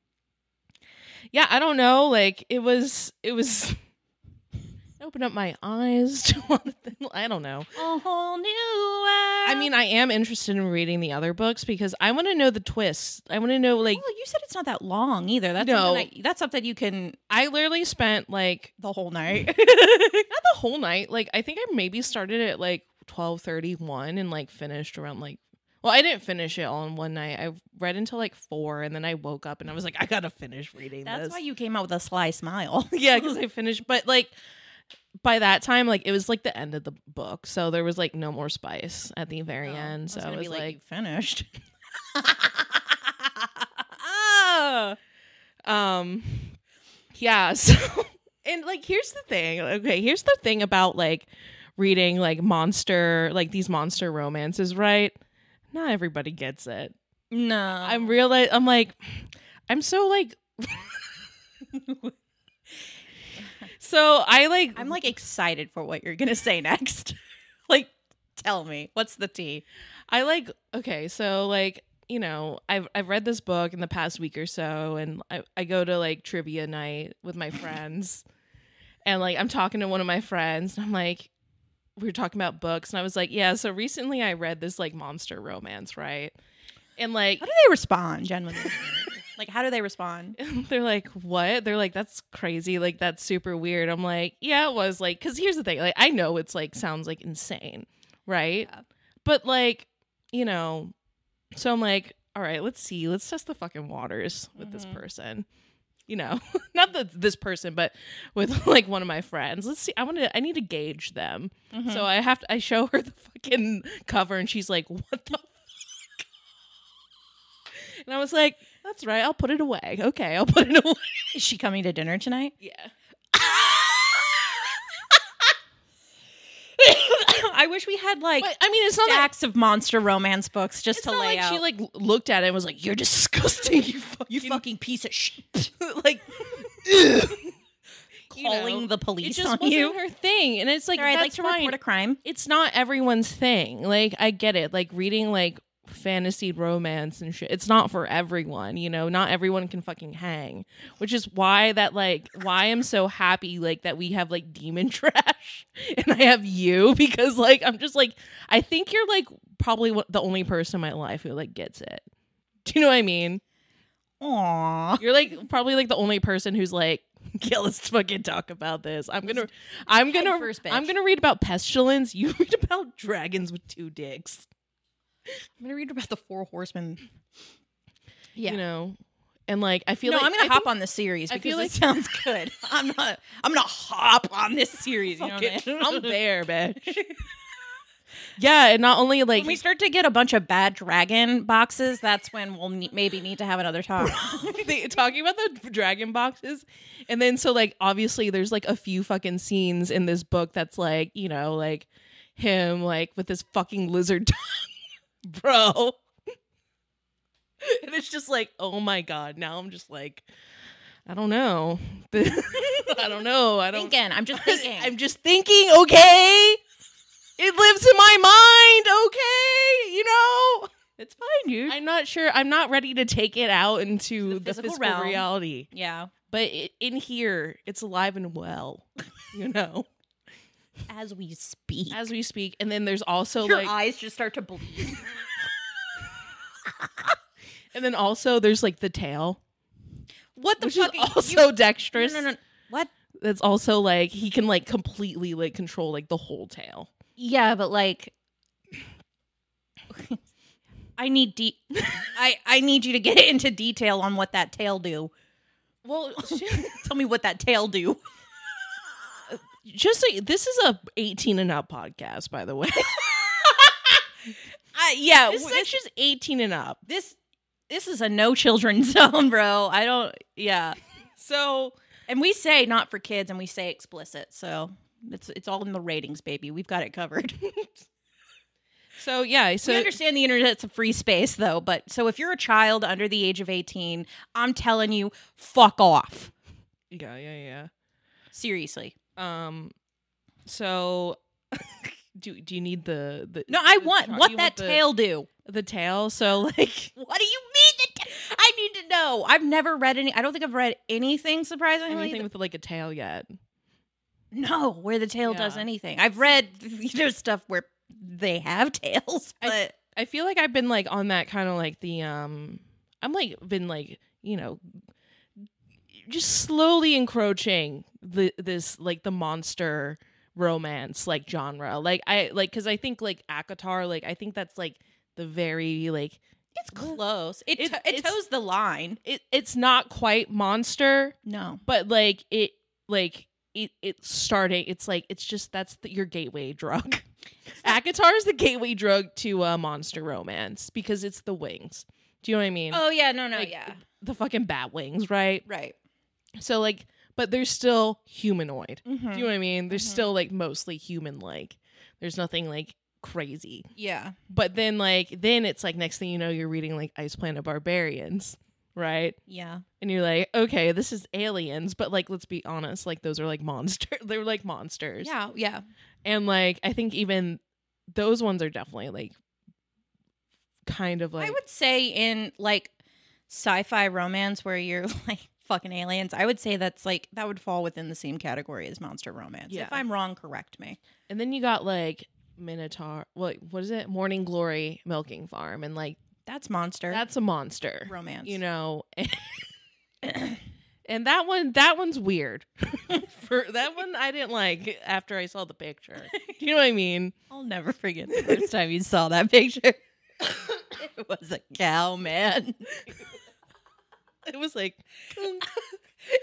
Speaker 1: yeah, I don't know. Like it was, it was. [LAUGHS] it Opened up my eyes to [LAUGHS] one thing. I don't know.
Speaker 2: A whole new world.
Speaker 1: I mean, I am interested in reading the other books because I want to know the twists. I want to know, like,
Speaker 2: well, you said it's not that long either. That's
Speaker 1: No.
Speaker 2: something I, that's something you can
Speaker 1: I literally spent like
Speaker 2: the
Speaker 1: [LAUGHS]
Speaker 2: whole night. [LAUGHS]
Speaker 1: not the whole night like i think i maybe started at like 1231 and like finished around like well i didn't finish it all in one night i read until like four and then i woke up and i was like i gotta finish reading
Speaker 2: That's
Speaker 1: this
Speaker 2: why you came out with a sly smile.
Speaker 1: [LAUGHS]
Speaker 2: [LAUGHS] Oh,
Speaker 1: yeah because i finished but like by that time like it was like the end of the book so there was like no more spice at the
Speaker 2: Oh,
Speaker 1: very end so i was like,
Speaker 2: you finished. [LAUGHS]
Speaker 1: [LAUGHS] um yeah [LAUGHS] so and like here's the thing okay here's the thing about like reading like monster like these monster romances right not everybody gets it
Speaker 2: No,
Speaker 1: i'm realize i'm like i'm so
Speaker 2: [LAUGHS]
Speaker 1: like [LAUGHS] so i like
Speaker 2: I'm like excited for what you're gonna say [LAUGHS] next. like, tell me what's the tea?
Speaker 1: I like okay, so like you know, I've I've read this book in the past week or so, and I, I go to like trivia night with my friends, and like I'm talking to one of my friends, and I'm like, we were talking about books, and I was like, yeah, so recently I read this like monster romance, right? And like
Speaker 2: How do they respond, generally?
Speaker 1: [LAUGHS]
Speaker 2: like, how do they respond?
Speaker 1: they're like, what? They're like, that's crazy, like that's super weird. I'm like, yeah, it was like, cause here's the thing, like I know it's like sounds like insane, right?
Speaker 2: Yeah.
Speaker 1: But like, you know, so I'm like, all right, let's see, let's test the fucking waters with this
Speaker 2: Mhm.
Speaker 1: person. You know, [LAUGHS] not the, this person, but with [LAUGHS] like one of my friends. Let's see. I want to. I need to gauge them.
Speaker 2: Mm-hmm.
Speaker 1: So I have to. I show her [LAUGHS] the fucking cover, and she's like, "What the?" Fuck? And I was like, "That's right. I'll put it away. Okay, I'll put it away."
Speaker 2: is she coming to dinner tonight?
Speaker 1: [LAUGHS]
Speaker 2: [COUGHS]
Speaker 1: Yeah.
Speaker 2: I wish we had like
Speaker 1: But I mean, it's not that
Speaker 2: stacks of monster romance books just
Speaker 1: it's
Speaker 2: to
Speaker 1: not
Speaker 2: lay
Speaker 1: like
Speaker 2: out.
Speaker 1: she like l- looked at it and was like, "You're [LAUGHS] disgusting. You fucking
Speaker 2: piece of shit! [LAUGHS]
Speaker 1: like."
Speaker 2: Calling
Speaker 1: know,
Speaker 2: the
Speaker 1: It
Speaker 2: police
Speaker 1: just
Speaker 2: on
Speaker 1: wasn't
Speaker 2: you.
Speaker 1: her thing, and it's like
Speaker 2: Sorry, I'd like
Speaker 1: that's
Speaker 2: to
Speaker 1: fine.
Speaker 2: report a crime.
Speaker 1: it's not everyone's thing. Like I get it. Like reading like fantasy romance and shit. It's not for everyone, you know. Not everyone can fucking hang, which is why that like why I'm so happy like that we have like demon [LAUGHS] trash and I have you because like I'm just like I think you're like probably one- the only person in my life who like gets it. Do you know what I mean?
Speaker 2: Aww.
Speaker 1: You're like probably like the only person who's like, [LAUGHS] yeah, let's fucking talk about this. I'm gonna, I'm gonna,
Speaker 2: Head first, bitch.
Speaker 1: I'm gonna read about pestilence. [LAUGHS] You read about dragons with two dicks.
Speaker 2: I'm gonna read about the four horsemen. Yeah.
Speaker 1: you know, and like I feel
Speaker 2: no,
Speaker 1: like
Speaker 2: I'm gonna
Speaker 1: I
Speaker 2: hop
Speaker 1: think-
Speaker 2: on this series
Speaker 1: I
Speaker 2: because
Speaker 1: feel
Speaker 2: it [LAUGHS] sounds good. I'm not. I'm gonna hop on this series. You know
Speaker 1: Fuck
Speaker 2: what I
Speaker 1: it.
Speaker 2: [LAUGHS] mean?
Speaker 1: I'm there, bitch. [LAUGHS] yeah, and not only like
Speaker 2: when we start to get a bunch of bad dragon boxes, that's when we'll ne- maybe need to have another [LAUGHS] talk.
Speaker 1: [LAUGHS] they, talking about the dragon boxes, and then so like obviously there's like a few fucking scenes in this book that's like you know like him like with his fucking lizard [LAUGHS] tongue, bro. [LAUGHS] And it's just like, oh my god! Now I'm just like, I don't know, [LAUGHS] I don't know, I don't.
Speaker 2: thinking. I'm [LAUGHS] just thinking.
Speaker 1: I'm just thinking, okay? It lives in my mind, okay? You know?
Speaker 2: it's fine, dude.
Speaker 1: I'm not sure. I'm not ready to take it out into
Speaker 2: The
Speaker 1: the,
Speaker 2: physical
Speaker 1: physical,
Speaker 2: realm.
Speaker 1: reality.
Speaker 2: yeah.
Speaker 1: But i in here, it's alive and well, [LAUGHS] you know,
Speaker 2: As we speak,
Speaker 1: as we speak. And then there's also
Speaker 2: your
Speaker 1: like,
Speaker 2: eyes just start to bleed.
Speaker 1: and then also there's like the tail,
Speaker 2: what the
Speaker 1: which is [LAUGHS]
Speaker 2: fuck?
Speaker 1: also
Speaker 2: you,
Speaker 1: dexterous.
Speaker 2: no, no, no. What?
Speaker 1: That's also like, he can like completely like control like the whole tail.
Speaker 2: Yeah, but like, I need de- [LAUGHS] I I need you to get [LAUGHS] into detail on what that tail do.
Speaker 1: Well, [LAUGHS]
Speaker 2: Tell me what that tail do.
Speaker 1: just like, this is a 18 and up podcast, by [LAUGHS] the way.
Speaker 2: Uh, yeah,
Speaker 1: this
Speaker 2: this, this
Speaker 1: section's 18 and up.
Speaker 2: this is a no children [LAUGHS] zone, bro. I don't. Yeah,
Speaker 1: So
Speaker 2: and we say not for kids, and we say explicit. So it's it's all in the ratings, baby. We've got it covered. [LAUGHS]
Speaker 1: so yeah,
Speaker 2: So, we
Speaker 1: so
Speaker 2: understand the internet's a free space, though. But so if you're a child under the age of 18, I'm telling you, fuck off.
Speaker 1: yeah, yeah,
Speaker 2: Seriously.
Speaker 1: yeah. Um so [LAUGHS] do do you need the the
Speaker 2: No, I
Speaker 1: the
Speaker 2: want
Speaker 1: chart?
Speaker 2: what
Speaker 1: You
Speaker 2: that
Speaker 1: the-
Speaker 2: tail do.
Speaker 1: the tail so
Speaker 2: [LAUGHS]
Speaker 1: like
Speaker 2: What do you mean? The ta- I need to know. I've never read any. I don't think I've read anything surprisingly.
Speaker 1: anything with like a tail yet.
Speaker 2: No, where the tail does
Speaker 1: Yeah.
Speaker 2: anything. I've read [LAUGHS] you know stuff where they have [LAUGHS] tails,
Speaker 1: I-
Speaker 2: but
Speaker 1: I feel like I've been like on that kind of like the um I'm like been like, you know, just slowly encroaching the this like the monster romance like genre. Like I like cuz I think like Akatar like I think that's like the very like
Speaker 2: it's close. It
Speaker 1: It-
Speaker 2: to- it
Speaker 1: it's-
Speaker 2: toes the line.
Speaker 1: it, it's not quite monster,
Speaker 2: No.
Speaker 1: but like it like it it's starting it's like it's just that's the, your gateway drug akatar is the gateway drug to uh, monster romance because it's the wings do you know what i mean
Speaker 2: Oh yeah, no, no,
Speaker 1: Like,
Speaker 2: yeah.
Speaker 1: the fucking bat wings right
Speaker 2: Right.
Speaker 1: so like but they're still humanoid do you know what i mean they're
Speaker 2: Mhm.
Speaker 1: still like mostly human like there's nothing like crazy
Speaker 2: yeah.
Speaker 1: but then like then it's like next thing you know you're reading like ice planet barbarians right
Speaker 2: Yeah.
Speaker 1: and you're like, okay, this is aliens, but like, let's be honest, like those are like monsters. [LAUGHS] They're like monsters,
Speaker 2: Yeah, yeah.
Speaker 1: And like, I think even those ones are definitely like kind of like
Speaker 2: I would say in like sci-fi romance where you're [LAUGHS] like fucking aliens, I would say that's like that would fall within the same category as monster romance.
Speaker 1: Yeah.
Speaker 2: If I'm wrong, correct me.
Speaker 1: And then you got like Minotaur. What what is it? Morning Glory Milking Farm, and like
Speaker 2: That's monster
Speaker 1: that's a monster,
Speaker 2: romance.
Speaker 1: you know. [LAUGHS] and that one, that one's weird. [LAUGHS] For that one, I didn't like after I saw the
Speaker 2: [LAUGHS]
Speaker 1: picture. Do you know what I mean?
Speaker 2: I'll never forget the first time you saw that [LAUGHS] picture. it was a cow, man. [LAUGHS]
Speaker 1: It was like.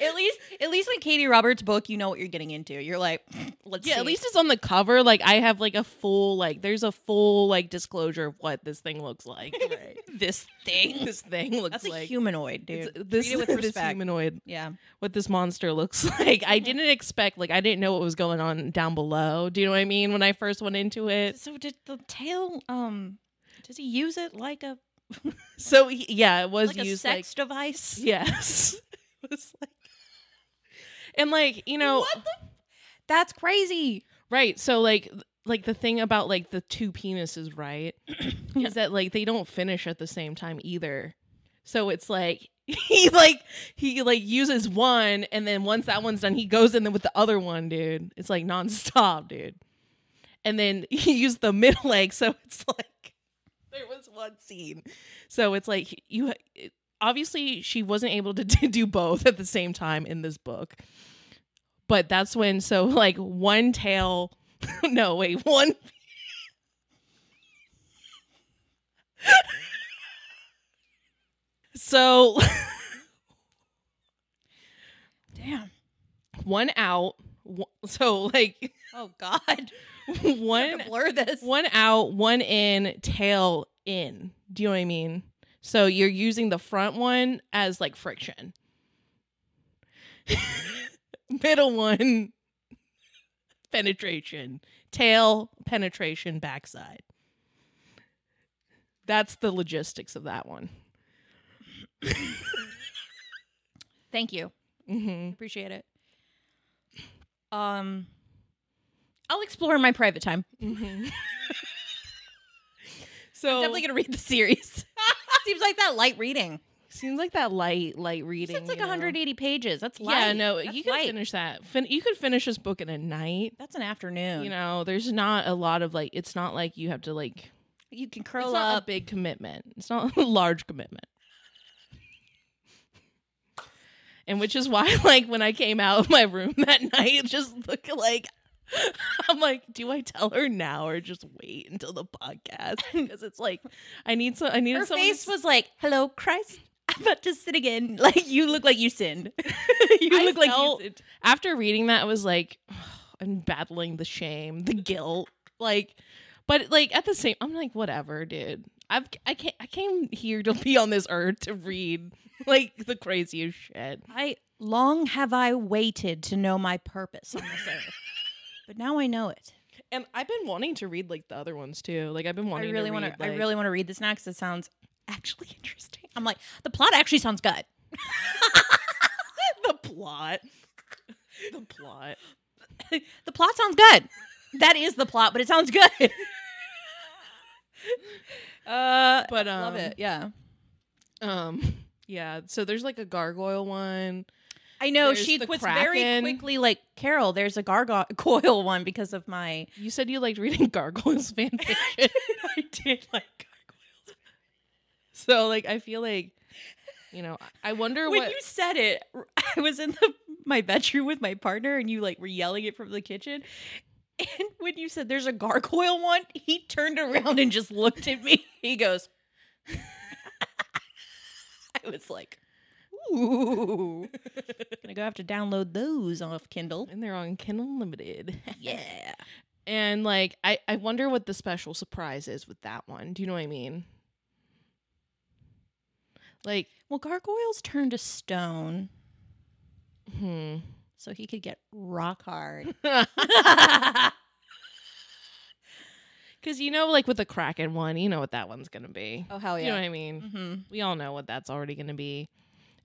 Speaker 2: at least, at least in Katie Roberts' book, you know what you're getting into. You're like, [SNIFFS] let's
Speaker 1: Yeah,
Speaker 2: see.
Speaker 1: at least it's on the cover. Like I have like a full like there's a full like disclosure of what this thing looks [LAUGHS] like.
Speaker 2: this [LAUGHS] thing.
Speaker 1: this thing looks
Speaker 2: That's
Speaker 1: like
Speaker 2: a humanoid,
Speaker 1: It's-
Speaker 2: dude.
Speaker 1: this
Speaker 2: [LAUGHS] Read it
Speaker 1: [LAUGHS]
Speaker 2: with
Speaker 1: this
Speaker 2: respect.
Speaker 1: humanoid
Speaker 2: Yeah,
Speaker 1: what this monster looks [LAUGHS] like. I didn't expect like I didn't know what was going on down below. Do you know what I mean? When I first went into [LAUGHS] it,
Speaker 2: So did the tail? Um, does he use it like a
Speaker 1: so he- yeah, it was
Speaker 2: like a
Speaker 1: used
Speaker 2: sex device?
Speaker 1: like [LAUGHS] yes, it was like and like you know
Speaker 2: [LAUGHS] What the? That's crazy.
Speaker 1: right. So like th- like the thing about like the two penises, right?
Speaker 2: Yeah.
Speaker 1: is that like they don't finish at the same time either. So it's like [LAUGHS] he like he like uses one and then once that one's done, he goes in with the other one, dude. It's like nonstop, dude. And then [LAUGHS] he used the middle [LAUGHS] leg, so it's like there was one scene. So it's like you obviously she wasn't able to [LAUGHS] do both at the same time in this book. But that's when so [LAUGHS] like one tail [LAUGHS] no wait, one [LAUGHS] So [LAUGHS]
Speaker 2: Damn.
Speaker 1: one out. one- So like [LAUGHS]
Speaker 2: Oh God. [LAUGHS]
Speaker 1: one
Speaker 2: blur this.
Speaker 1: one out, one in, tail in. Do you know what I mean? So you're using the front one as like friction. [LAUGHS] Middle one [LAUGHS] penetration. Tail penetration backside. That's the logistics of that one.
Speaker 2: Thank you.
Speaker 1: hmm
Speaker 2: Appreciate it. Um, I'll explore in my private time.
Speaker 1: hmm [LAUGHS] so
Speaker 2: Definitely gonna read the
Speaker 1: [LAUGHS]
Speaker 2: series. Seems like that light reading.
Speaker 1: seems like that light light reading.
Speaker 2: It's like
Speaker 1: you know?
Speaker 2: 180 pages. That's light.
Speaker 1: Yeah, no,
Speaker 2: That's
Speaker 1: you could
Speaker 2: light.
Speaker 1: finish that. Fin- you could finish this book in a night.
Speaker 2: That's an afternoon.
Speaker 1: You know, there's not a lot of like. It's not like you have to like.
Speaker 2: you can
Speaker 1: It's
Speaker 2: curl
Speaker 1: not a
Speaker 2: up.
Speaker 1: big commitment. It's not a [LAUGHS] large commitment. And which is why, [LAUGHS] like, when I came out of my room [LAUGHS] that night, just look like [LAUGHS] I'm like, do I tell her now or just wait until the podcast?
Speaker 2: [LAUGHS]
Speaker 1: Because it's like I need some. I needed
Speaker 2: Her
Speaker 1: someone to
Speaker 2: face was like, "Hello, Christ, [LAUGHS] I'm about to sin again." [LAUGHS] Like you look like you sinned. [LAUGHS] you
Speaker 1: I
Speaker 2: look like
Speaker 1: felt-
Speaker 2: you sinned.
Speaker 1: after reading that, I was like, I'm battling the shame, the guilt, like, but like at the same, I'm like, whatever, dude. I've I can't I came here to be on this earth to read like the craziest shit.
Speaker 2: I long have I waited to know my purpose on this [LAUGHS] earth, but now I know it.
Speaker 1: And I've been wanting to read like the other ones too. Like I've been
Speaker 2: I
Speaker 1: wanting.
Speaker 2: really
Speaker 1: want
Speaker 2: want to. I really want to read this now because it sounds actually [LAUGHS] interesting. I'm like, the plot actually sounds good.
Speaker 1: [LAUGHS] the plot. [LAUGHS] The plot.
Speaker 2: the plot sounds good. That is the plot, but it sounds good. [LAUGHS] uh,
Speaker 1: But um,
Speaker 2: love it. Yeah,
Speaker 1: Um, yeah. So there's like a gargoyle one.
Speaker 2: I know
Speaker 1: there's
Speaker 2: she
Speaker 1: the
Speaker 2: was very
Speaker 1: Kraken.
Speaker 2: quickly like Carol. There's a gargoyle [LAUGHS] one because of my.
Speaker 1: You said you liked reading [LAUGHS] gargoyles fan fiction.
Speaker 2: [LAUGHS] I did like
Speaker 1: so like I feel like, you know, I- I wonder
Speaker 2: when
Speaker 1: what.
Speaker 2: you said it. [LAUGHS] I was in the, my bedroom with my partner, and you like were yelling it from the kitchen. And when you said there's a gargoyle one, he turned around and just looked at me. He goes, [LAUGHS] I was like, ooh. Gonna go have to download those off Kindle.
Speaker 1: [LAUGHS] and they're on Kindle Limited.
Speaker 2: Yeah.
Speaker 1: And like, I I wonder what the special surprise is with that one. Do you know what I mean? Like,
Speaker 2: Well, gargoyles turn to stone, [LAUGHS]
Speaker 1: hmm. [LAUGHS]
Speaker 2: so he could get rock hard.
Speaker 1: Because you know, like with the Kraken one, you know what that one's gonna be.
Speaker 2: Oh hell
Speaker 1: you know what I mean?
Speaker 2: mm-hmm.
Speaker 1: We all know what that's already gonna be.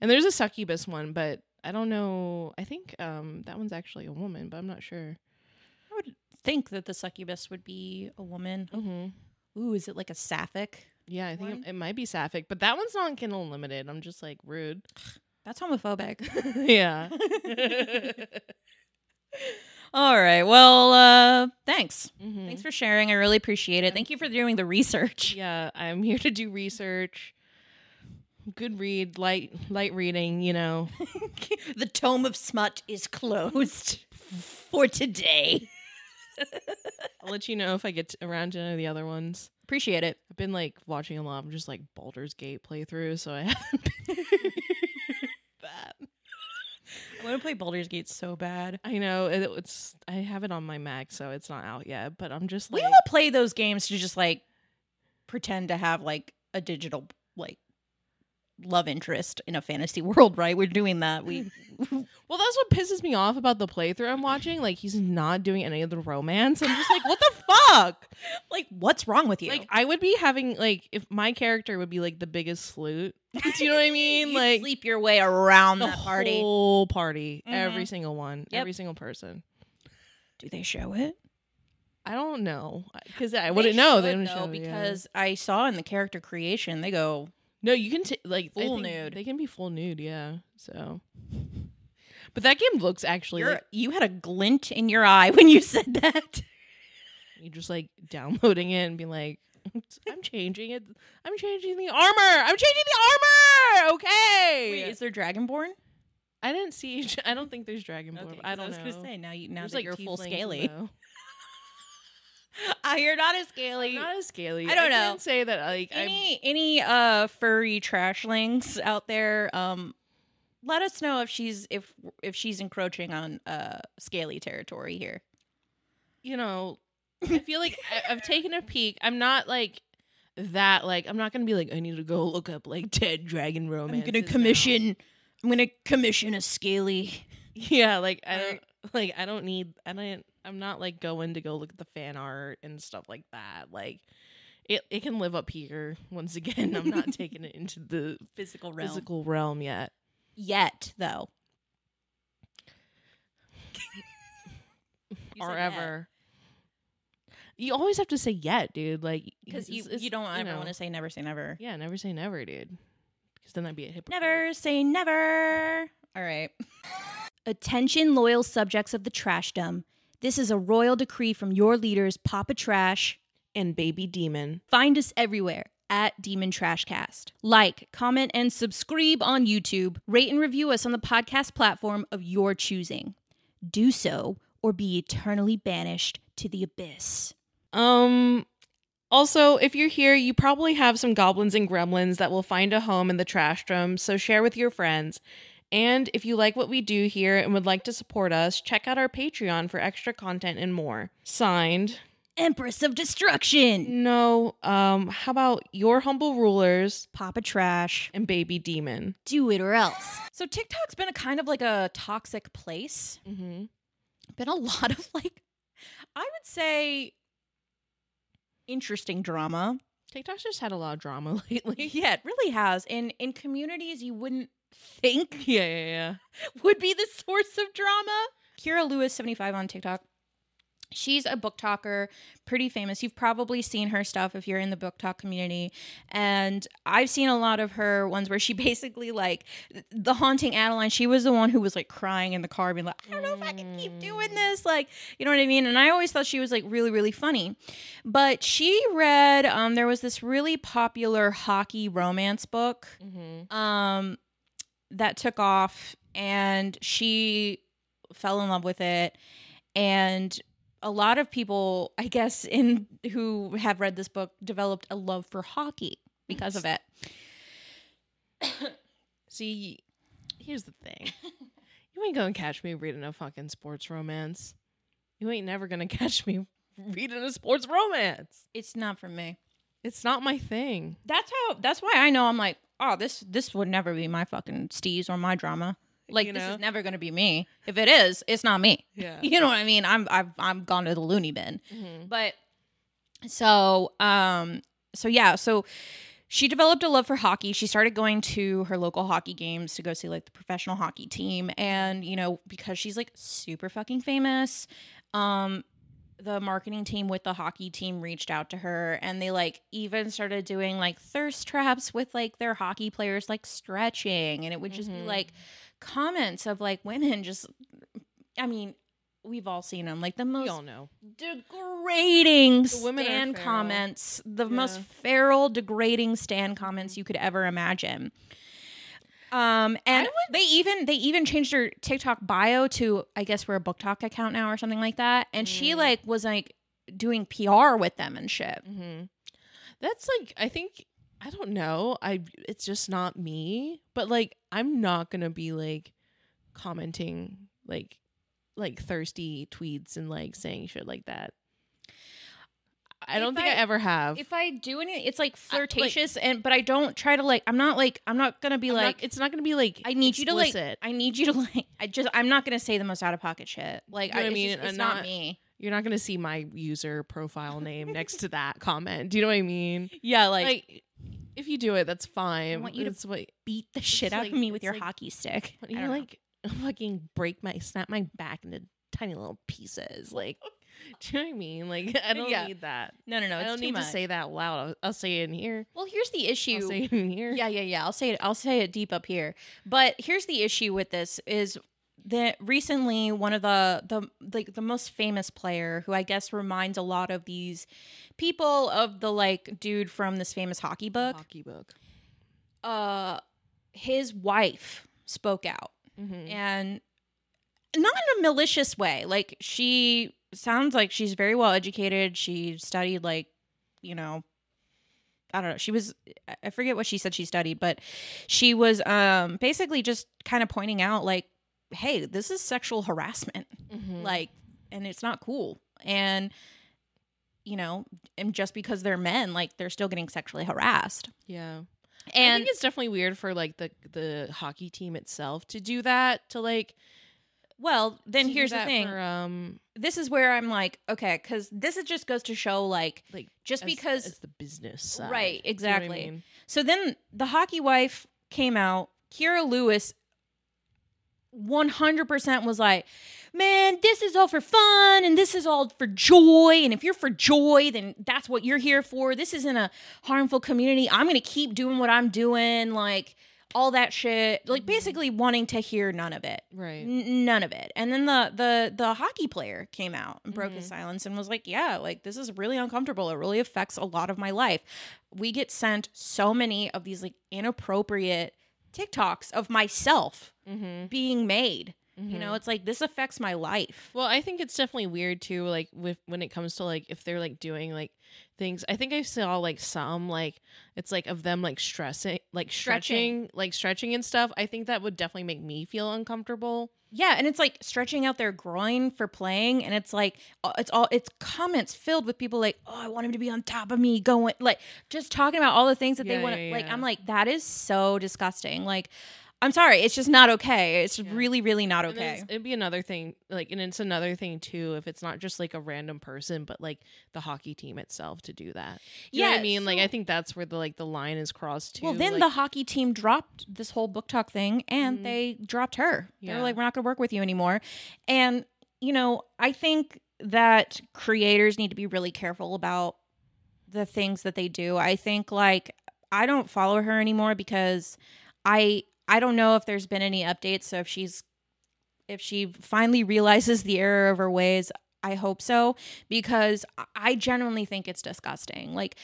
Speaker 1: And there's a succubus one, but I don't know. I think um that one's actually a woman, but I'm not sure.
Speaker 2: I would think that the succubus would be a woman.
Speaker 1: Mm-hmm.
Speaker 2: Ooh, is it like a sapphic?
Speaker 1: Yeah, I think
Speaker 2: One?
Speaker 1: it, it might be sapphic, but that one's not on Kindle Unlimited. I'm just like rude.
Speaker 2: That's homophobic.
Speaker 1: [LAUGHS] yeah.
Speaker 2: [LAUGHS] All right. Well, uh, thanks.
Speaker 1: Mhm.
Speaker 2: Thanks for sharing. I really appreciate it. Thank you for doing the research.
Speaker 1: yeah, I'm here to do research. Good read, light light reading, you know.
Speaker 2: [LAUGHS] the tome of smut is closed [LAUGHS] for today.
Speaker 1: I'll let you know if I get to- around to any of the other ones.
Speaker 2: Appreciate [LAUGHS] it.
Speaker 1: I've been like watching a lot of just like Baldur's Gate playthroughs, so I [LAUGHS] haven't been that.
Speaker 2: I want to play Baldur's Gate so bad.
Speaker 1: I know it, it's I have it on my Mac, so it's not out yet, but I'm just
Speaker 2: We
Speaker 1: like
Speaker 2: all play those games to just like pretend to have like a digital like love interest in a fantasy [LAUGHS] world, right? We're doing that. We
Speaker 1: Well, that's what pisses me off about the playthrough I'm watching. Like he's not doing any of the romance. I'm just
Speaker 2: [LAUGHS]
Speaker 1: like, what the fuck?
Speaker 2: like what's wrong with you?
Speaker 1: Like I would be having like if my character would be like the biggest sleut. Do you
Speaker 2: [LAUGHS]
Speaker 1: know what I mean?
Speaker 2: You
Speaker 1: like
Speaker 2: sleep your way around
Speaker 1: the
Speaker 2: that party.
Speaker 1: whole party,
Speaker 2: Mhm.
Speaker 1: every single one,
Speaker 2: Yep.
Speaker 1: every single person.
Speaker 2: Do they show it?
Speaker 1: I don't know because I wouldn't know. They don't
Speaker 2: should,
Speaker 1: show
Speaker 2: though,
Speaker 1: yeah.
Speaker 2: because I saw in the character creation they go
Speaker 1: no, you can t- like I
Speaker 2: Full
Speaker 1: think
Speaker 2: nude.
Speaker 1: They can be full nude, yeah. So, but that game looks actually
Speaker 2: You're,
Speaker 1: like
Speaker 2: you had a glint in your eye when you said
Speaker 1: [LAUGHS]
Speaker 2: that.
Speaker 1: you just like downloading it and being like, I'm changing it. I'm changing the armor. I'm changing the armor. Okay.
Speaker 2: Wait, is there Dragonborn?
Speaker 1: I didn't see. [LAUGHS] I don't think there's Dragonborn. but I don't
Speaker 2: I was
Speaker 1: know.
Speaker 2: gonna say now you now [LAUGHS]
Speaker 1: There's
Speaker 2: that you're full
Speaker 1: tieflings,
Speaker 2: scaly.
Speaker 1: though.
Speaker 2: Uh, you're not as
Speaker 1: [LAUGHS]
Speaker 2: scaly.
Speaker 1: not as scaly.
Speaker 2: I don't know.
Speaker 1: couldn't say that like I'm,
Speaker 2: any any uh furry trashlings out there um let us know if she's if if she's encroaching on uh scaly territory here
Speaker 1: you know,
Speaker 2: [LAUGHS]
Speaker 1: I feel like I, I've taken a peek. I'm not like that. Like I'm not gonna be like I need to go look up like dead dragon romance.
Speaker 2: i'm gonna commission a scaly
Speaker 1: [LAUGHS] Yeah, like I
Speaker 2: Or-
Speaker 1: don't like I don't need I don't I'm not like going to go look at the fan art and stuff like that. Like it it can live up here once again. I'm
Speaker 2: [LAUGHS]
Speaker 1: not taking it into the
Speaker 2: physical realm
Speaker 1: physical realm yet.
Speaker 2: yet though You said
Speaker 1: or
Speaker 2: yet.
Speaker 1: ever. You always have to say yet, dude. Like
Speaker 2: because you,
Speaker 1: it's- it's-
Speaker 2: you don't ever
Speaker 1: know.
Speaker 2: want to say never say never
Speaker 1: Yeah, never say never, dude. Because then that'd be a hypocrite.
Speaker 2: Never say never. All right. Attention, loyal subjects of the trashdom. This is a royal decree from your leaders, Papa Trash.
Speaker 1: And baby demon.
Speaker 2: Find us everywhere at Demon Trashcast. Like, comment, and subscribe on YouTube. Rate and review us on the podcast platform of your choosing. Do so or be eternally banished to the abyss.
Speaker 1: Um. Also, if you're here, you probably have some goblins and gremlins that will find a home in the trash drum, so share with your friends. And if you like what we do here and would like to support us, check out our Patreon for extra content and more. Signed,
Speaker 2: Empress of Destruction.
Speaker 1: no, um, how about your humble rulers
Speaker 2: Papa Trash.
Speaker 1: and baby demon?
Speaker 2: Do it or else. So TikTok's been a kind of like a toxic place.
Speaker 1: Mm-hmm.
Speaker 2: been a lot of like I would say interesting drama.
Speaker 1: TikTok's just had a lot of drama [LAUGHS] lately.
Speaker 2: Yeah, it really has. And in communities you wouldn't
Speaker 1: [LAUGHS]
Speaker 2: think
Speaker 1: Yeah, yeah, yeah.
Speaker 2: [LAUGHS] would be the source of drama. Kira Lewis 75 on TikTok. She's a book talker, pretty famous. You've probably seen her stuff if you're in the book talk community. And I've seen a lot of her ones where she [LAUGHS] basically like the haunting Adeline, she was the one who was like crying in the car being like, I don't know if I can keep doing
Speaker 1: Mm.
Speaker 2: this. Like, you know what I mean? And I always thought she was like really, really funny. But she read um there was this really popular hockey romance book
Speaker 1: Mm-hmm.
Speaker 2: um that took off and she fell in love with it and a lot of people i guess in who have read this book developed a love for hockey because of it
Speaker 1: See, here's the
Speaker 2: [LAUGHS]
Speaker 1: thing. you ain't gonna catch me reading a fucking sports romance. You ain't never gonna [LAUGHS] catch me reading a sports romance.
Speaker 2: it's not for me
Speaker 1: It's not my thing.
Speaker 2: that's how that's why i know i'm like oh this this would never be my fucking steez or my drama like
Speaker 1: You
Speaker 2: this
Speaker 1: know?
Speaker 2: is never gonna be me if it is it's not me
Speaker 1: Yeah.
Speaker 2: [LAUGHS]
Speaker 1: Mm-hmm.
Speaker 2: you know what i mean i'm i've i'm gone to the loony bin But so um so yeah, so she developed a love for hockey. She started going to her local hockey games to go see like the professional hockey team and you know because she's like super fucking famous um the marketing team with the hockey team reached out to her and they like even started doing like thirst traps with like their hockey players like stretching and it would just be
Speaker 1: Mhm.
Speaker 2: like comments of like women just I mean we've all seen them like the most
Speaker 1: We all know.
Speaker 2: degrading
Speaker 1: The women are
Speaker 2: stand
Speaker 1: feral.
Speaker 2: comments the
Speaker 1: Yeah.
Speaker 2: most feral degrading stand comments you could ever imagine um and they even they even changed her tiktok bio to i guess we're a book talk account now or something like that and she
Speaker 1: Mm.
Speaker 2: like was like doing pr with them and shit
Speaker 1: Mm-hmm. That's like I think I don't know. I it's just not me. But like I'm not gonna be like commenting like like thirsty tweets and like saying shit like that. I
Speaker 2: If
Speaker 1: don't think I,
Speaker 2: I-
Speaker 1: ever have.
Speaker 2: if i do any it's like flirtatious and but i don't try to like i'm not like i'm not gonna be
Speaker 1: I'm not-
Speaker 2: like
Speaker 1: it's not gonna be like
Speaker 2: I need you to, like-
Speaker 1: explicit.
Speaker 2: i need you to [LAUGHS] like i just i'm not gonna say the most out of pocket shit like
Speaker 1: You know
Speaker 2: I,
Speaker 1: what I
Speaker 2: it's
Speaker 1: mean?
Speaker 2: just-
Speaker 1: And
Speaker 2: it's not
Speaker 1: not-
Speaker 2: me
Speaker 1: You're not gonna see my user profile name next to that comment. Do you know what I
Speaker 2: [LAUGHS]
Speaker 1: mean?
Speaker 2: yeah
Speaker 1: Like, if you do it, that's fine.
Speaker 2: want you to
Speaker 1: That's what I
Speaker 2: beat [LAUGHS] the
Speaker 1: shit out of me with your
Speaker 2: hockey stick.
Speaker 1: want you to like [LAUGHS] fucking break my snap my back into tiny little pieces.
Speaker 2: [LAUGHS]
Speaker 1: Like, do you know what I mean? Like, [LAUGHS] I don't
Speaker 2: Yeah.
Speaker 1: need that.
Speaker 2: no, no, no.
Speaker 1: I
Speaker 2: It's
Speaker 1: don't
Speaker 2: too
Speaker 1: need
Speaker 2: much.
Speaker 1: to say that loud. I'll, I'll say it in here.
Speaker 2: Well, here's the
Speaker 1: I'll say
Speaker 2: issue.
Speaker 1: it in here.
Speaker 2: Yeah, yeah, yeah. I'll say it. I'll say it deep up here. But here's the issue with this is that recently one of the the like the most famous player who I guess reminds a lot of these people of the like dude from this famous hockey book.
Speaker 1: Hockey book. Uh-huh.
Speaker 2: Uh, his wife spoke out.
Speaker 1: Mm-hmm.
Speaker 2: and not in a malicious way like she sounds like she's very well educated. She studied like, you know, I don't know. She was I- I forget what she said she studied, but she was um basically just kind of pointing out like, hey, this is sexual harassment.
Speaker 1: Like,
Speaker 2: Like and it's not cool. And you know, and just because they're men, like they're still getting sexually harassed.
Speaker 1: yeah. I
Speaker 2: And
Speaker 1: think it's definitely weird for like the the hockey team itself to do that to like.
Speaker 2: well, then
Speaker 1: to do
Speaker 2: here's the
Speaker 1: that
Speaker 2: thing.
Speaker 1: for, um,
Speaker 2: this is where I'm like, okay, because this is just goes to show like
Speaker 1: like
Speaker 2: just
Speaker 1: as-
Speaker 2: because
Speaker 1: as the business, side.
Speaker 2: right,
Speaker 1: You know what I
Speaker 2: exactly.
Speaker 1: mean?
Speaker 2: So then the hockey wife came out. Kira Lewis 100% was like, man, this is all for fun and this is all for joy. And if you're for joy, then that's what you're here for. This isn't a harmful community. I'm going to keep doing what I'm doing. Like, all that shit, like
Speaker 1: Mhm.
Speaker 2: basically wanting to hear none of it,
Speaker 1: Right.
Speaker 2: N- none of it. And then the the the hockey player came out and broke his
Speaker 1: Mhm.
Speaker 2: silence and was like, "Yeah, like this is really uncomfortable. It really affects a lot of my life. We get sent so many of these like inappropriate TikToks of myself
Speaker 1: Mm-hmm.
Speaker 2: being made. You know, it's like this affects my life.
Speaker 1: Well, I think it's definitely weird too, like with when it comes to like if they're like doing like things. I think I saw like some like it's like of them like stressing, like
Speaker 2: Stretching.
Speaker 1: stretching, like stretching and stuff. I think that would definitely make me feel uncomfortable.
Speaker 2: Yeah, and it's like stretching out their groin for playing and it's like uh, it's all it's comments filled with people like, "Oh, I want him to be on top of me going like just talking about all the things that they
Speaker 1: Yeah,
Speaker 2: want to
Speaker 1: yeah,
Speaker 2: like
Speaker 1: yeah.
Speaker 2: I'm like that is so disgusting. Like I'm sorry, it's just not okay. It's
Speaker 1: Yeah.
Speaker 2: really really not
Speaker 1: And then
Speaker 2: okay.
Speaker 1: it's- it'd be another thing, like, and it's another thing too if it's not just like a random person, but like the hockey team itself to do that. You know what I mean? like,
Speaker 2: so-
Speaker 1: I think that's where the like the line is crossed too.
Speaker 2: Well, then
Speaker 1: like,
Speaker 2: the hockey team dropped this whole book talk thing and
Speaker 1: Mhm.
Speaker 2: they dropped her. They
Speaker 1: Yeah.
Speaker 2: were like, we're not going to work with you anymore. And, you know, I think that creators need to be really careful about the things that they do. I think, like, I don't follow her anymore because I. I don't know if there's been any updates. So if she's, if she finally realizes the error of her ways, I hope so because I- I genuinely think it's disgusting. Like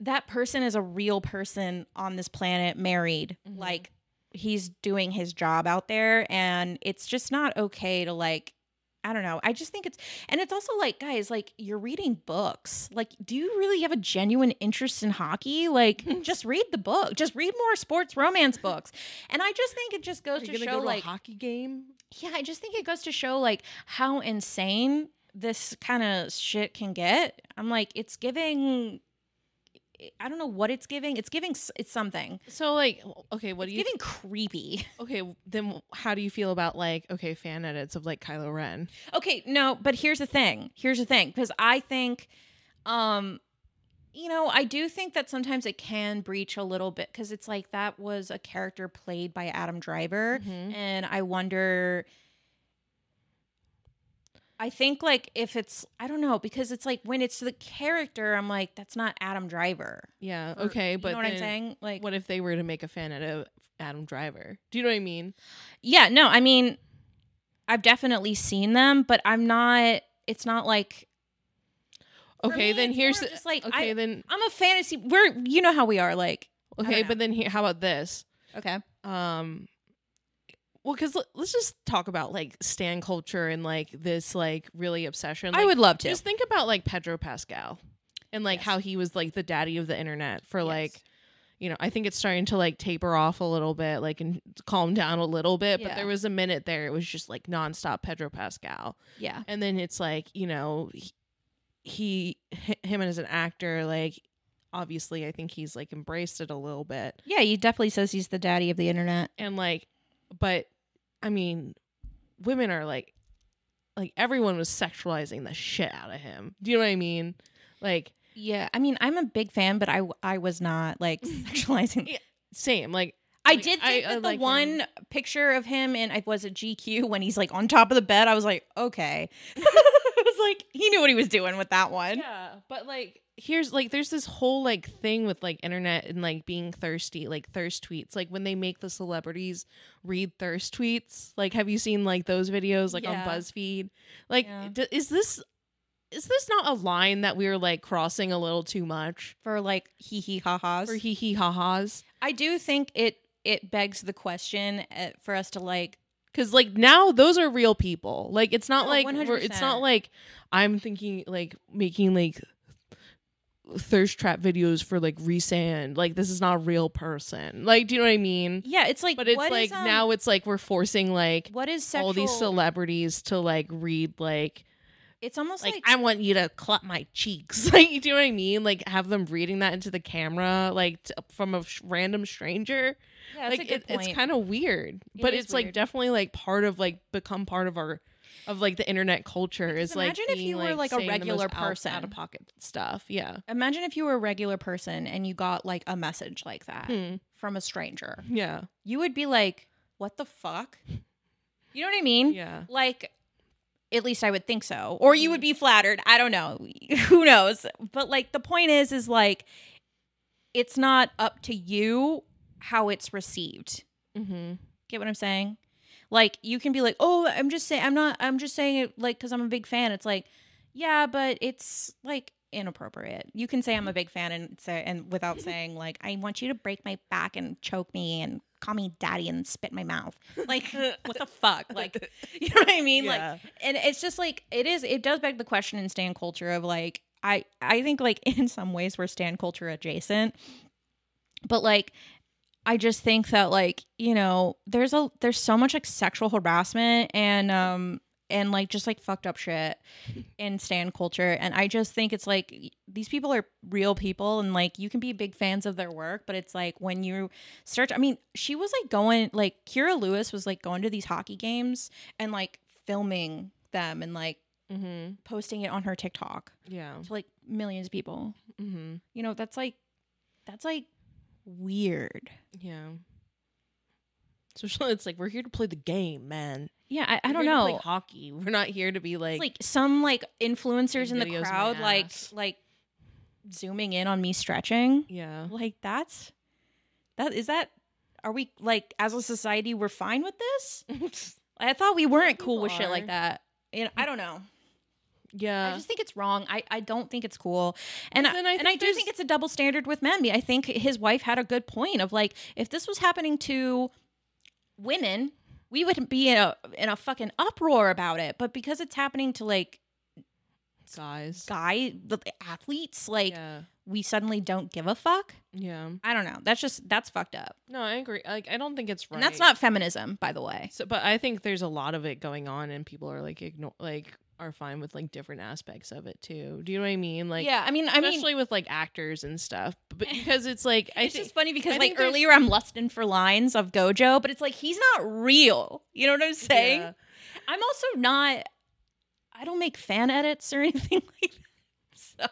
Speaker 2: that person is a real person on this planet, married.
Speaker 1: Mhm.
Speaker 2: Like he's doing his job out there, and it's just not okay to like. I don't know. I just think it's, and it's also like, guys, like you're reading books. Like, do you really have a genuine interest in
Speaker 1: [LAUGHS]
Speaker 2: hockey? Like, just read the book. Just read more sports romance books. And I just think it just
Speaker 1: are
Speaker 2: goes
Speaker 1: you
Speaker 2: to
Speaker 1: gonna
Speaker 2: show,
Speaker 1: go to
Speaker 2: like,
Speaker 1: a hockey game.
Speaker 2: yeah, I just think it goes to show like how insane this kind of shit can get. I'm like, it's giving. I don't know what it's giving. It's giving. s- It's something.
Speaker 1: So like, okay, what
Speaker 2: It's
Speaker 1: do you?
Speaker 2: giving creepy.
Speaker 1: okay, then how do you feel about like okay fan edits of like Kylo Ren?
Speaker 2: Okay, no, but here's the thing. Here's the thing because I think, um, you know, I do think that sometimes it can breach a little bit because it's like that was a character played by Adam Driver.
Speaker 1: Mm-hmm.
Speaker 2: and I wonder. I think like if it's I don't know because it's like when it's the character I'm like that's not Adam Driver.
Speaker 1: Yeah.
Speaker 2: Or-
Speaker 1: Okay,
Speaker 2: you
Speaker 1: but
Speaker 2: know what I'm
Speaker 1: then
Speaker 2: saying? Like
Speaker 1: What if they were to make a fan edit of Adam Driver? Do you know what I mean?
Speaker 2: yeah, no, I mean I've definitely seen them, but I'm not. It's not like For
Speaker 1: Okay,
Speaker 2: me,
Speaker 1: then
Speaker 2: it's
Speaker 1: here's
Speaker 2: more of
Speaker 1: the-
Speaker 2: just, like,
Speaker 1: okay
Speaker 2: I-
Speaker 1: then
Speaker 2: I'm a fantasy. We're you know how we are. Like
Speaker 1: okay,
Speaker 2: know.
Speaker 1: but then here, how about this?
Speaker 2: okay,
Speaker 1: um well because let's just talk about like stan culture and like this like really obsession like,
Speaker 2: I would love to.
Speaker 1: just think about like pedro pascal and like
Speaker 2: Yes.
Speaker 1: how he was like the daddy of the internet for
Speaker 2: Yes.
Speaker 1: like you know i think it's starting to like taper off a little bit like and calm down a little bit
Speaker 2: Yeah.
Speaker 1: but there was a minute there it was just like nonstop pedro pascal
Speaker 2: yeah,
Speaker 1: and then it's like you know he, he hi- him as an actor like obviously i think he's like embraced it a little bit
Speaker 2: yeah. He definitely says he's the daddy of the internet.
Speaker 1: and like but i mean women are like like everyone was sexualizing the shit out of him do you know what i mean like
Speaker 2: Yeah, I mean I'm a big fan, but I I was not like [LAUGHS] sexualizing
Speaker 1: same like
Speaker 2: I
Speaker 1: Like,
Speaker 2: did
Speaker 1: I-
Speaker 2: think
Speaker 1: I
Speaker 2: that the
Speaker 1: like him.
Speaker 2: one picture of him in I was it GQ when he's like on top of the bed. I was like, okay. [LAUGHS] it was like he knew what he was doing with that one.
Speaker 1: yeah but like here's like there's this whole like thing with like internet and like being thirsty like thirst tweets like when they make the celebrities read thirst tweets like have you seen like those videos like
Speaker 2: Yeah.
Speaker 1: on buzzfeed like
Speaker 2: Yeah.
Speaker 1: d- is this is this not a line that we are like crossing a little too much
Speaker 2: For like hee hee ha ha's.
Speaker 1: for hee hee ha ha's
Speaker 2: I do think it it begs the question uh, eh, for us to like
Speaker 1: Cause like now those are real people. Like it's not
Speaker 2: No,
Speaker 1: like we're, it's
Speaker 2: 100%.
Speaker 1: not like I'm thinking like making like thirst trap videos for like resand. Like this is not a real person. Like do you know what I mean?
Speaker 2: Yeah, it's like
Speaker 1: But it's
Speaker 2: what
Speaker 1: like
Speaker 2: is, um,
Speaker 1: now it's like we're forcing like
Speaker 2: what is sexual?
Speaker 1: all these celebrities to like read like
Speaker 2: it's almost
Speaker 1: like,
Speaker 2: like,
Speaker 1: I want you to clap my cheeks. [LAUGHS] Like you know what I mean? Like have them reading that into the camera like t- from a sh- random stranger
Speaker 2: yeah, that's
Speaker 1: like
Speaker 2: a good
Speaker 1: it,
Speaker 2: point.
Speaker 1: it's kind of weird
Speaker 2: It
Speaker 1: but
Speaker 2: is
Speaker 1: it's like
Speaker 2: weird.
Speaker 1: definitely like part of like become part of our of like the internet culture
Speaker 2: Because
Speaker 1: is like
Speaker 2: imagine if
Speaker 1: being,
Speaker 2: you were, like, a
Speaker 1: saying the most
Speaker 2: regular
Speaker 1: out-
Speaker 2: person.
Speaker 1: out of pocket stuff yeah
Speaker 2: Imagine if you were a regular person and you got like a message like that
Speaker 1: Hmm.
Speaker 2: from a stranger.
Speaker 1: yeah
Speaker 2: You would be like, "What the [LAUGHS] fuck?" You know what I mean?
Speaker 1: yeah
Speaker 2: Like at least I would think so. Or you would be flattered. I don't know. [LAUGHS] Who knows? But like the point is is like it's not up to you how it's received.
Speaker 1: mm-hmm.
Speaker 2: Get what I'm saying? Like you can be like, "Oh, I'm just saying I'm not I'm just saying it like cuz I'm a big fan." It's like, "Yeah, but it's like inappropriate." You can say I'm a big fan and say and without saying like, "I want you to break my back and choke me and call me daddy and spit in my mouth." Like [LAUGHS] what the fuck? [LAUGHS] Like you know what I mean? Like and it's just like it is it does beg the question in stan culture of like i i think like [LAUGHS] in some ways we're stan culture adjacent but like i just think that like you know there's a there's so much like sexual harassment and um and like just like fucked up shit in stan culture and i just think it's like y- these people are real people and like you can be big fans of their work but it's like when you search i mean she was like going like kira lewis was like going to these hockey games and like filming them and like
Speaker 1: Mm-hmm.
Speaker 2: posting it on her TikTok
Speaker 1: yeah
Speaker 2: to like millions of people.
Speaker 1: mm-hmm.
Speaker 2: You know, that's like that's like weird.
Speaker 1: yeah especially it's like we're here to play the game man
Speaker 2: Yeah, I, I
Speaker 1: We're
Speaker 2: don't
Speaker 1: here to play
Speaker 2: know.
Speaker 1: hockey we're not here to be like,
Speaker 2: It's like some like influencers in
Speaker 1: Making
Speaker 2: the
Speaker 1: videos of my
Speaker 2: crowd like
Speaker 1: ass.
Speaker 2: like zooming in on me stretching.
Speaker 1: yeah
Speaker 2: Like that's that is that are we like as a society we're fine with this? [LAUGHS] I thought we weren't cool with shit
Speaker 1: people
Speaker 2: like
Speaker 1: are.
Speaker 2: that. And I don't know. I
Speaker 1: yeah
Speaker 2: just think it's wrong. I, I don't think it's cool. And,
Speaker 1: Well,
Speaker 2: I,
Speaker 1: then Uh-huh. I
Speaker 2: and I
Speaker 1: think
Speaker 2: do
Speaker 1: there's-
Speaker 2: think it's a double standard with men. I think his wife had a good point of like, if this was happening to women, we would be in a, in a fucking uproar about it. But because it's happening to like
Speaker 1: guys
Speaker 2: guy the athletes, like
Speaker 1: yeah
Speaker 2: we suddenly don't give a fuck.
Speaker 1: yeah
Speaker 2: I don't know. That's just, that's fucked up.
Speaker 1: no i agree like i don't think it's right
Speaker 2: And that's not feminism, by the way.
Speaker 1: So, but I think there's a lot of it going on, and people are like ignore, like are fine with like different aspects of it too. Do you know what I mean? Like,
Speaker 2: yeah. I mean, I mean,
Speaker 1: especially with like actors and stuff, [LAUGHS] but because it's like I
Speaker 2: it's
Speaker 1: think
Speaker 2: just funny because
Speaker 1: I
Speaker 2: like
Speaker 1: think there's-
Speaker 2: earlier I'm lusting for lines of Gojo, but it's like he's not real. You know what I'm saying?
Speaker 1: Yeah.
Speaker 2: I'm also not. I don't make fan edits
Speaker 1: [LAUGHS]
Speaker 2: or anything like that. So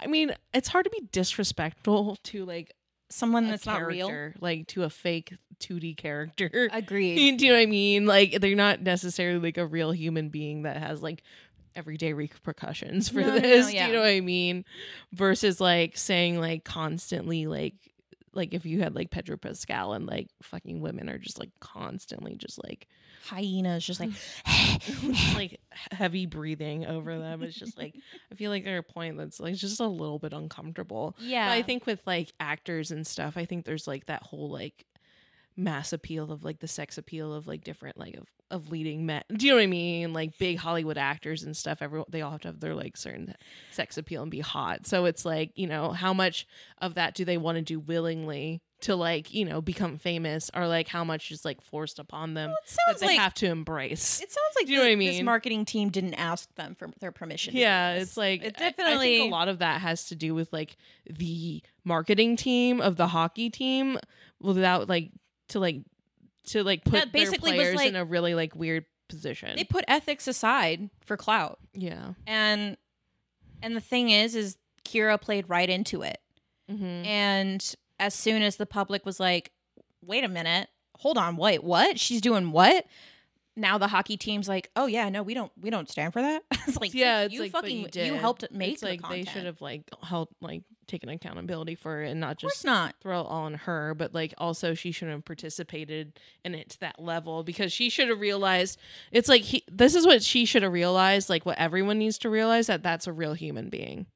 Speaker 1: I mean, it's hard to be disrespectful [LAUGHS] to like
Speaker 2: someone
Speaker 1: a
Speaker 2: that's not real.
Speaker 1: character, like to a fake 2D character.
Speaker 2: Agreed.
Speaker 1: [LAUGHS] Do you know what I mean? Like they're not necessarily like a real human being that has like everyday repercussions for
Speaker 2: No, no, no,
Speaker 1: this.
Speaker 2: yeah.
Speaker 1: Do you know what I mean? Versus like saying like constantly like like if you had like Pedro Pascal and like fucking women are just like constantly just
Speaker 2: [LAUGHS]
Speaker 1: like
Speaker 2: Hyena is
Speaker 1: [LAUGHS]
Speaker 2: [LAUGHS] just like
Speaker 1: like heavy breathing over them. It's just like I feel like they're a point that's like just a little bit uncomfortable.
Speaker 2: yeah.
Speaker 1: But I think with like actors and stuff, I think there's like that whole like mass appeal of like the sex appeal of like different like of, of leading men. Do you know what I mean? Like big Hollywood actors and stuff. Everyone they all have to have their like certain sex appeal and be hot. So it's like you know how much of that do they want to do willingly to like you know become famous or like how much is like forced upon them
Speaker 2: it
Speaker 1: that
Speaker 2: sounds
Speaker 1: they
Speaker 2: like
Speaker 1: have to embrace.
Speaker 2: it sounds like
Speaker 1: Do you know
Speaker 2: thi-
Speaker 1: what I
Speaker 2: this
Speaker 1: mean?
Speaker 2: marketing team didn't ask them for their permission. to do
Speaker 1: Yeah,
Speaker 2: this.
Speaker 1: it's like
Speaker 2: it
Speaker 1: I- I,
Speaker 2: definitely.
Speaker 1: think a lot of that has to do with like the marketing team of the hockey team without like to like to like put
Speaker 2: That basically
Speaker 1: their
Speaker 2: was,
Speaker 1: players
Speaker 2: like-
Speaker 1: in a really like weird position.
Speaker 2: they put ethics aside for clout,
Speaker 1: yeah.
Speaker 2: and and the thing is, is Kira played right into it.
Speaker 1: Mm-hmm.
Speaker 2: And as soon as the public was like, wait a minute, hold on, wait, what? She's doing what? Now the hockey team's like, oh yeah, no, we don't, we don't stand for that. [LAUGHS] it's like,
Speaker 1: yeah, it's
Speaker 2: you
Speaker 1: like but
Speaker 2: fucking,
Speaker 1: you, did.
Speaker 2: helped make
Speaker 1: It's like
Speaker 2: the
Speaker 1: they
Speaker 2: content.
Speaker 1: should have like held like taken accountability for it and not
Speaker 2: Of course
Speaker 1: just
Speaker 2: not.
Speaker 1: throw it all on her, but like also she shouldn't have participated in it to that level because she should have realized it's like he, this is what she should have realized, like what everyone needs to realize that that's a real human being.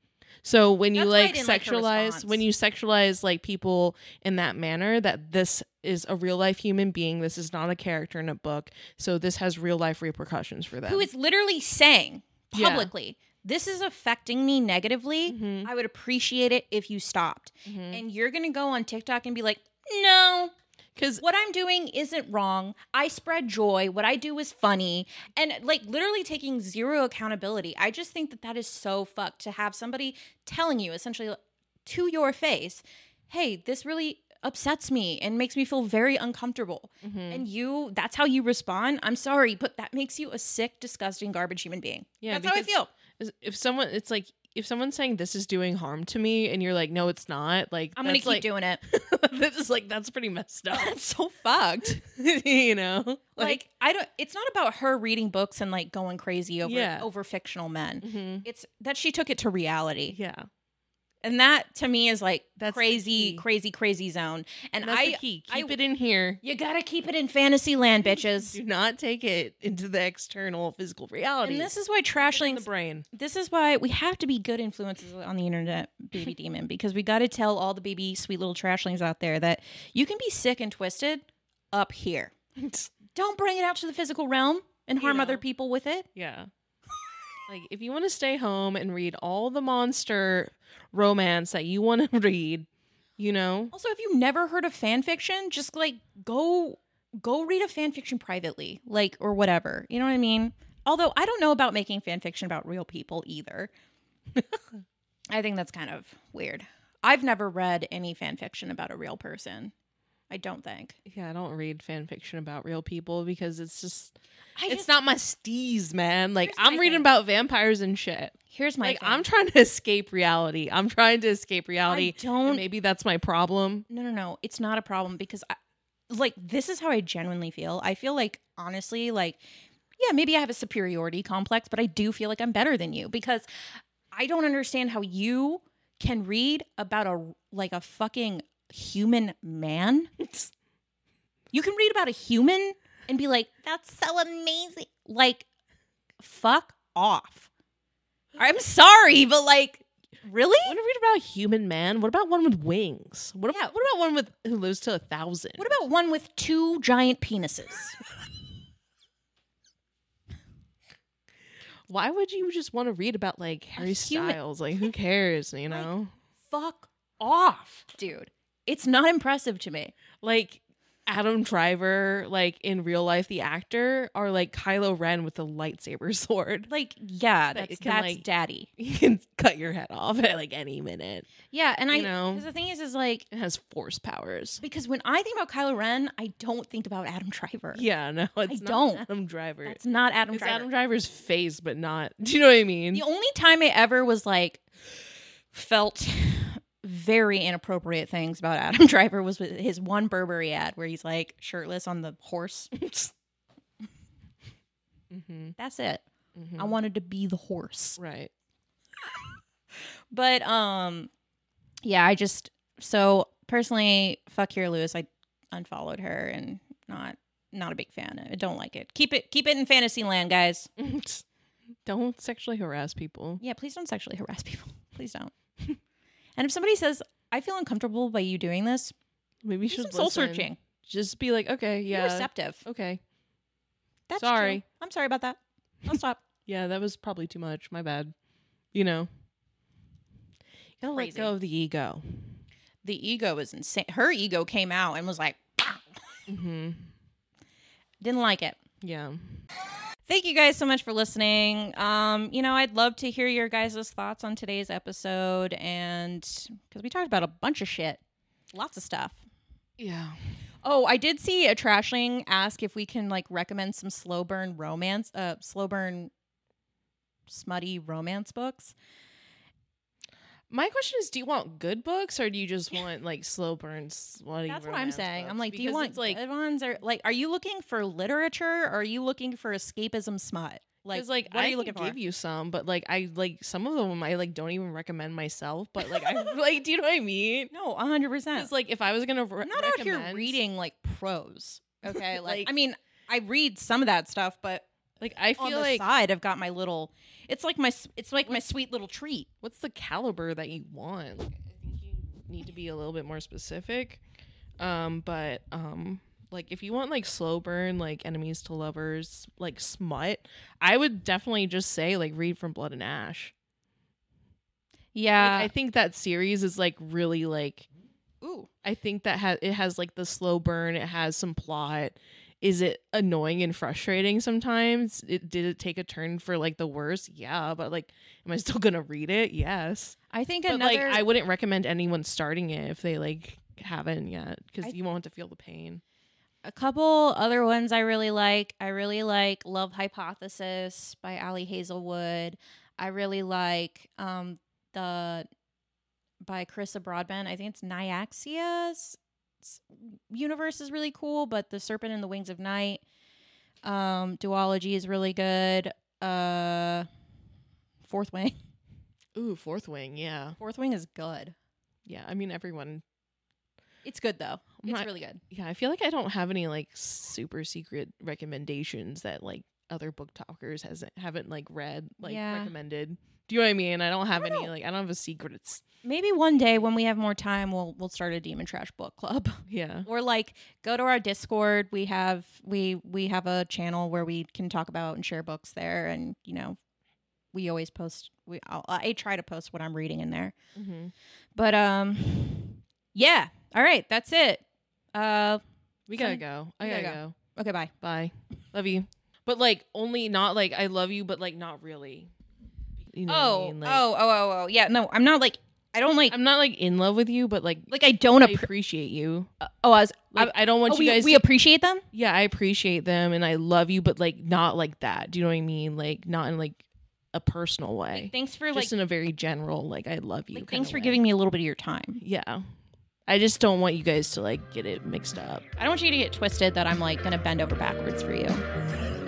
Speaker 1: So when you
Speaker 2: That's why I
Speaker 1: like
Speaker 2: didn't like her
Speaker 1: sexualize,
Speaker 2: response.
Speaker 1: when you sexualize like people in that manner, that this is a real life human being. This is not a character in a book. So this has real life repercussions for them.
Speaker 2: who is literally saying
Speaker 1: Yeah.
Speaker 2: publicly, this is affecting me negatively.
Speaker 1: Mhm.
Speaker 2: I would appreciate it if you stopped.
Speaker 1: Mhm.
Speaker 2: And you're going to go on TikTok and be like, no,
Speaker 1: 'Cause-
Speaker 2: what I'm doing isn't wrong. I spread joy. What I do is funny. And like literally taking zero accountability. I just think that that is so fucked to have somebody telling you essentially to your face, hey, this really upsets me and makes me feel very uncomfortable.
Speaker 1: Mhm.
Speaker 2: And you, that's how you respond. I'm sorry, but that makes you a sick, disgusting, garbage human being.
Speaker 1: Yeah,
Speaker 2: that's how I
Speaker 1: because-
Speaker 2: feel.
Speaker 1: if someone, it's like if someone's saying this is doing harm to me, and you're like, no, it's not. Like
Speaker 2: I'm gonna
Speaker 1: that's,
Speaker 2: keep
Speaker 1: like, [LAUGHS]
Speaker 2: doing it.
Speaker 1: this is like that's pretty messed up.
Speaker 2: that's so fucked.
Speaker 1: [LAUGHS] you know,
Speaker 2: Like, I don't. It's not about her reading books and like going crazy over
Speaker 1: Yeah.
Speaker 2: over fictional men.
Speaker 1: Mhm.
Speaker 2: It's that she took it to reality,
Speaker 1: yeah.
Speaker 2: and that to me is like
Speaker 1: That's the
Speaker 2: crazy,
Speaker 1: key.
Speaker 2: crazy, crazy zone. And
Speaker 1: That's
Speaker 2: I,
Speaker 1: the key.
Speaker 2: I-
Speaker 1: Keep it in here.
Speaker 2: you gotta keep it in fantasy land, bitches.
Speaker 1: Do not take it into the external physical reality.
Speaker 2: and this is why
Speaker 1: in
Speaker 2: trashlings
Speaker 1: the brain.
Speaker 2: this is why we have to be good influences on the internet,
Speaker 1: [LAUGHS]
Speaker 2: baby demon, because we got to tell all the baby sweet little trashlings out there that you can be sick and twisted up here.
Speaker 1: [LAUGHS]
Speaker 2: Don't bring it out to the physical realm and
Speaker 1: You
Speaker 2: harm
Speaker 1: know.
Speaker 2: other people with it.
Speaker 1: [LAUGHS] Yeah. like if you want to stay home and read all the monster romance that you want to [LAUGHS] read, you know,
Speaker 2: Also, if you've never heard of fan fiction, just like go go read a fan fiction privately, like or whatever. You know what I mean? Although I don't know about making fan fiction about real people
Speaker 1: [LAUGHS]
Speaker 2: either. I think that's kind of weird. I've never read any fan fiction about a real person. I don't think.
Speaker 1: yeah, I don't read fan fiction about real people because it's just
Speaker 2: I
Speaker 1: it's not my steez, man. Like
Speaker 2: Here's my
Speaker 1: I'm reading
Speaker 2: thing.
Speaker 1: about vampires and shit.
Speaker 2: Here's my
Speaker 1: like
Speaker 2: thing.
Speaker 1: I'm trying to escape reality. I'm trying to escape
Speaker 2: I
Speaker 1: reality. And
Speaker 2: don't.
Speaker 1: maybe that's my [LAUGHS] problem.
Speaker 2: No, no, no. It's not a problem because, I, like, this is how I genuinely feel. I feel like, honestly, like, yeah, maybe I have a superiority complex, but I do feel like I'm better than you because I don't understand how you can read about a like a fucking human man. You can read about a human and be like, "That's so amazing." Like, fuck off. I'm sorry, but like, really?
Speaker 1: I want to read about a human man. What about one with wings? What about
Speaker 2: Yeah.
Speaker 1: what about one with who lives to a thousand?
Speaker 2: What about one with two giant penises?
Speaker 1: Why would you just want to read about like Harry
Speaker 2: human-
Speaker 1: Styles? Like [LAUGHS] who cares? You know,
Speaker 2: Fuck off, dude. It's not impressive to me.
Speaker 1: like Adam Driver, like in real life, the actor, or like Kylo Ren with the lightsaber [LAUGHS] sword.
Speaker 2: Like, yeah,
Speaker 1: That
Speaker 2: that's,
Speaker 1: it can,
Speaker 2: that's
Speaker 1: like-
Speaker 2: daddy.
Speaker 1: You can cut your head off [LAUGHS] at like any minute.
Speaker 2: Yeah, and I
Speaker 1: You know.
Speaker 2: because the thing is, is like
Speaker 1: It has force powers.
Speaker 2: because when I think about Kylo Ren, I don't think about Adam Driver.
Speaker 1: Yeah, no, it's not
Speaker 2: don't.
Speaker 1: Adam Driver.
Speaker 2: That's not Adam
Speaker 1: it's
Speaker 2: Driver.
Speaker 1: Adam Driver's face, but not. [LAUGHS] Do you know what I mean?
Speaker 2: the only time I ever was like felt very inappropriate things about Adam [LAUGHS] Driver was with his one Burberry ad where he's like shirtless on the horse.
Speaker 1: Mm-hmm, hmm
Speaker 2: That's it.
Speaker 1: hmm
Speaker 2: I wanted to be the horse.
Speaker 1: right. [LAUGHS]
Speaker 2: But um yeah, I just so personally, fuck your Lewis. I unfollowed her and not not a big fan. I don't like it. Keep it keep it in fantasy land, guys.
Speaker 1: Don't sexually harass people.
Speaker 2: Yeah, please don't sexually harass people. [LAUGHS] Please don't. and if somebody says, I feel uncomfortable by you doing this,
Speaker 1: Maybe you
Speaker 2: do some
Speaker 1: should
Speaker 2: soul
Speaker 1: listen.
Speaker 2: searching.
Speaker 1: Just be like, okay,
Speaker 2: Be
Speaker 1: yeah,
Speaker 2: receptive.
Speaker 1: okay,
Speaker 2: That's
Speaker 1: sorry.
Speaker 2: true. I'm sorry about that. I'll stop. [LAUGHS]
Speaker 1: yeah, that was probably too much. My bad. You know, you gotta
Speaker 2: Crazy.
Speaker 1: let go of the ego.
Speaker 2: the ego is insane. Her ego came out and was like, "Pow."
Speaker 1: Mm-hmm.
Speaker 2: didn't like it.
Speaker 1: Yeah.
Speaker 2: Thank you guys so much for listening. Um, you know, I'd love to hear your guys' thoughts on today's episode and because we talked about a bunch of shit, lots of stuff.
Speaker 1: Yeah.
Speaker 2: Oh, I did see a trashling ask if we can like recommend some slow burn romance, uh, slow burn smutty romance books.
Speaker 1: My question is, do you want good books or do you just want like slow burns?
Speaker 2: That's what I'm saying. I'm like, do you want like good ones or like, are you looking for literature or are you looking for escapism smut? Like,
Speaker 1: Because like
Speaker 2: what
Speaker 1: I
Speaker 2: are you looking
Speaker 1: can
Speaker 2: for?
Speaker 1: give you some, but like I like some of them I like don't even recommend myself. But like
Speaker 2: [LAUGHS]
Speaker 1: I [LAUGHS] like, do you know what I mean?
Speaker 2: no, 100. percent
Speaker 1: Because like if I was gonna re-
Speaker 2: I'm not out here
Speaker 1: recommend-
Speaker 2: [LAUGHS] reading like prose. Okay, like,
Speaker 1: Like-
Speaker 2: I mean, I read some of that stuff, but
Speaker 1: Like I
Speaker 2: on
Speaker 1: feel
Speaker 2: the
Speaker 1: like
Speaker 2: side, I've got my little. It's like my. s- It's like my sweet little treat.
Speaker 1: what's the caliber that you want? Like, I think you need to be a little bit more specific. Um, but um, like if you want like slow burn, like enemies to lovers, like smut, I would definitely just say like read from Blood and Ash.
Speaker 2: Yeah.
Speaker 1: Like, I think that series is like really like
Speaker 2: ooh.
Speaker 1: I think that ha- it has like the slow burn. It has some plot. Is it annoying and frustrating sometimes? It did it take a turn for like the worse? Yeah, but like, am I still [LAUGHS] gonna read it? Yes.
Speaker 2: I think
Speaker 1: But
Speaker 2: another.
Speaker 1: like, I wouldn't recommend anyone starting it if they like haven't yet
Speaker 2: I-
Speaker 1: because you won't have to feel the pain.
Speaker 2: a couple other ones I really like. I really like Love Hypothesis by Allie Hazelwood. I really like um the by Carissa Broadbent. I think it's Nyaxia's s- universe is really cool, but The Serpent and the Wings of Night um duology is really good. Uh Fourth Wing.
Speaker 1: Ooh, Fourth Wing. Yeah,
Speaker 2: [LAUGHS] Fourth Wing is good.
Speaker 1: yeah. I mean, everyone.
Speaker 2: It's good though. It's
Speaker 1: My-
Speaker 2: really good.
Speaker 1: Yeah, I feel like I don't have any like super secret recommendations that like other book talkers hasn't haven't like read like
Speaker 2: Yeah.
Speaker 1: recommended. Do you know what I mean? I don't have
Speaker 2: I
Speaker 1: any
Speaker 2: don't-
Speaker 1: like I don't have a secrets.
Speaker 2: Maybe one day when we have more time we'll we'll start a Demon Trash book club. [LAUGHS]
Speaker 1: Yeah.
Speaker 2: or like go to our discord we have we we have a channel where we can talk about and share books there and you know we always post we I'll, i try to post what i'm reading in there but um yeah all right that's it uh
Speaker 1: We gotta
Speaker 2: Fine.
Speaker 1: go. I
Speaker 2: We
Speaker 1: gotta,
Speaker 2: gotta
Speaker 1: go.
Speaker 2: okay bye
Speaker 1: Bye. Love you. But like only not like I love you, but like not really. You know what I
Speaker 2: oh,
Speaker 1: mean? Like,
Speaker 2: oh oh oh oh yeah no i'm not like i don't like
Speaker 1: I'm not like in love with you, but like
Speaker 2: like i don't
Speaker 1: I
Speaker 2: appre-
Speaker 1: appreciate you.
Speaker 2: oh i was
Speaker 1: Like, I, I don't want
Speaker 2: oh,
Speaker 1: you
Speaker 2: we,
Speaker 1: guys
Speaker 2: we
Speaker 1: to-
Speaker 2: appreciate them
Speaker 1: Yeah, I appreciate them and I love you, but like not like that. Do you know what I mean? Like not in like a personal way.
Speaker 2: thanks for like,
Speaker 1: Just in a very general, like I love you.
Speaker 2: like
Speaker 1: kinda
Speaker 2: thanks for
Speaker 1: way.
Speaker 2: giving me a little bit of your time
Speaker 1: Yeah. I just don't want you guys to like get it mixed up.
Speaker 2: i don't want you to get twisted that i'm like gonna bend over backwards for you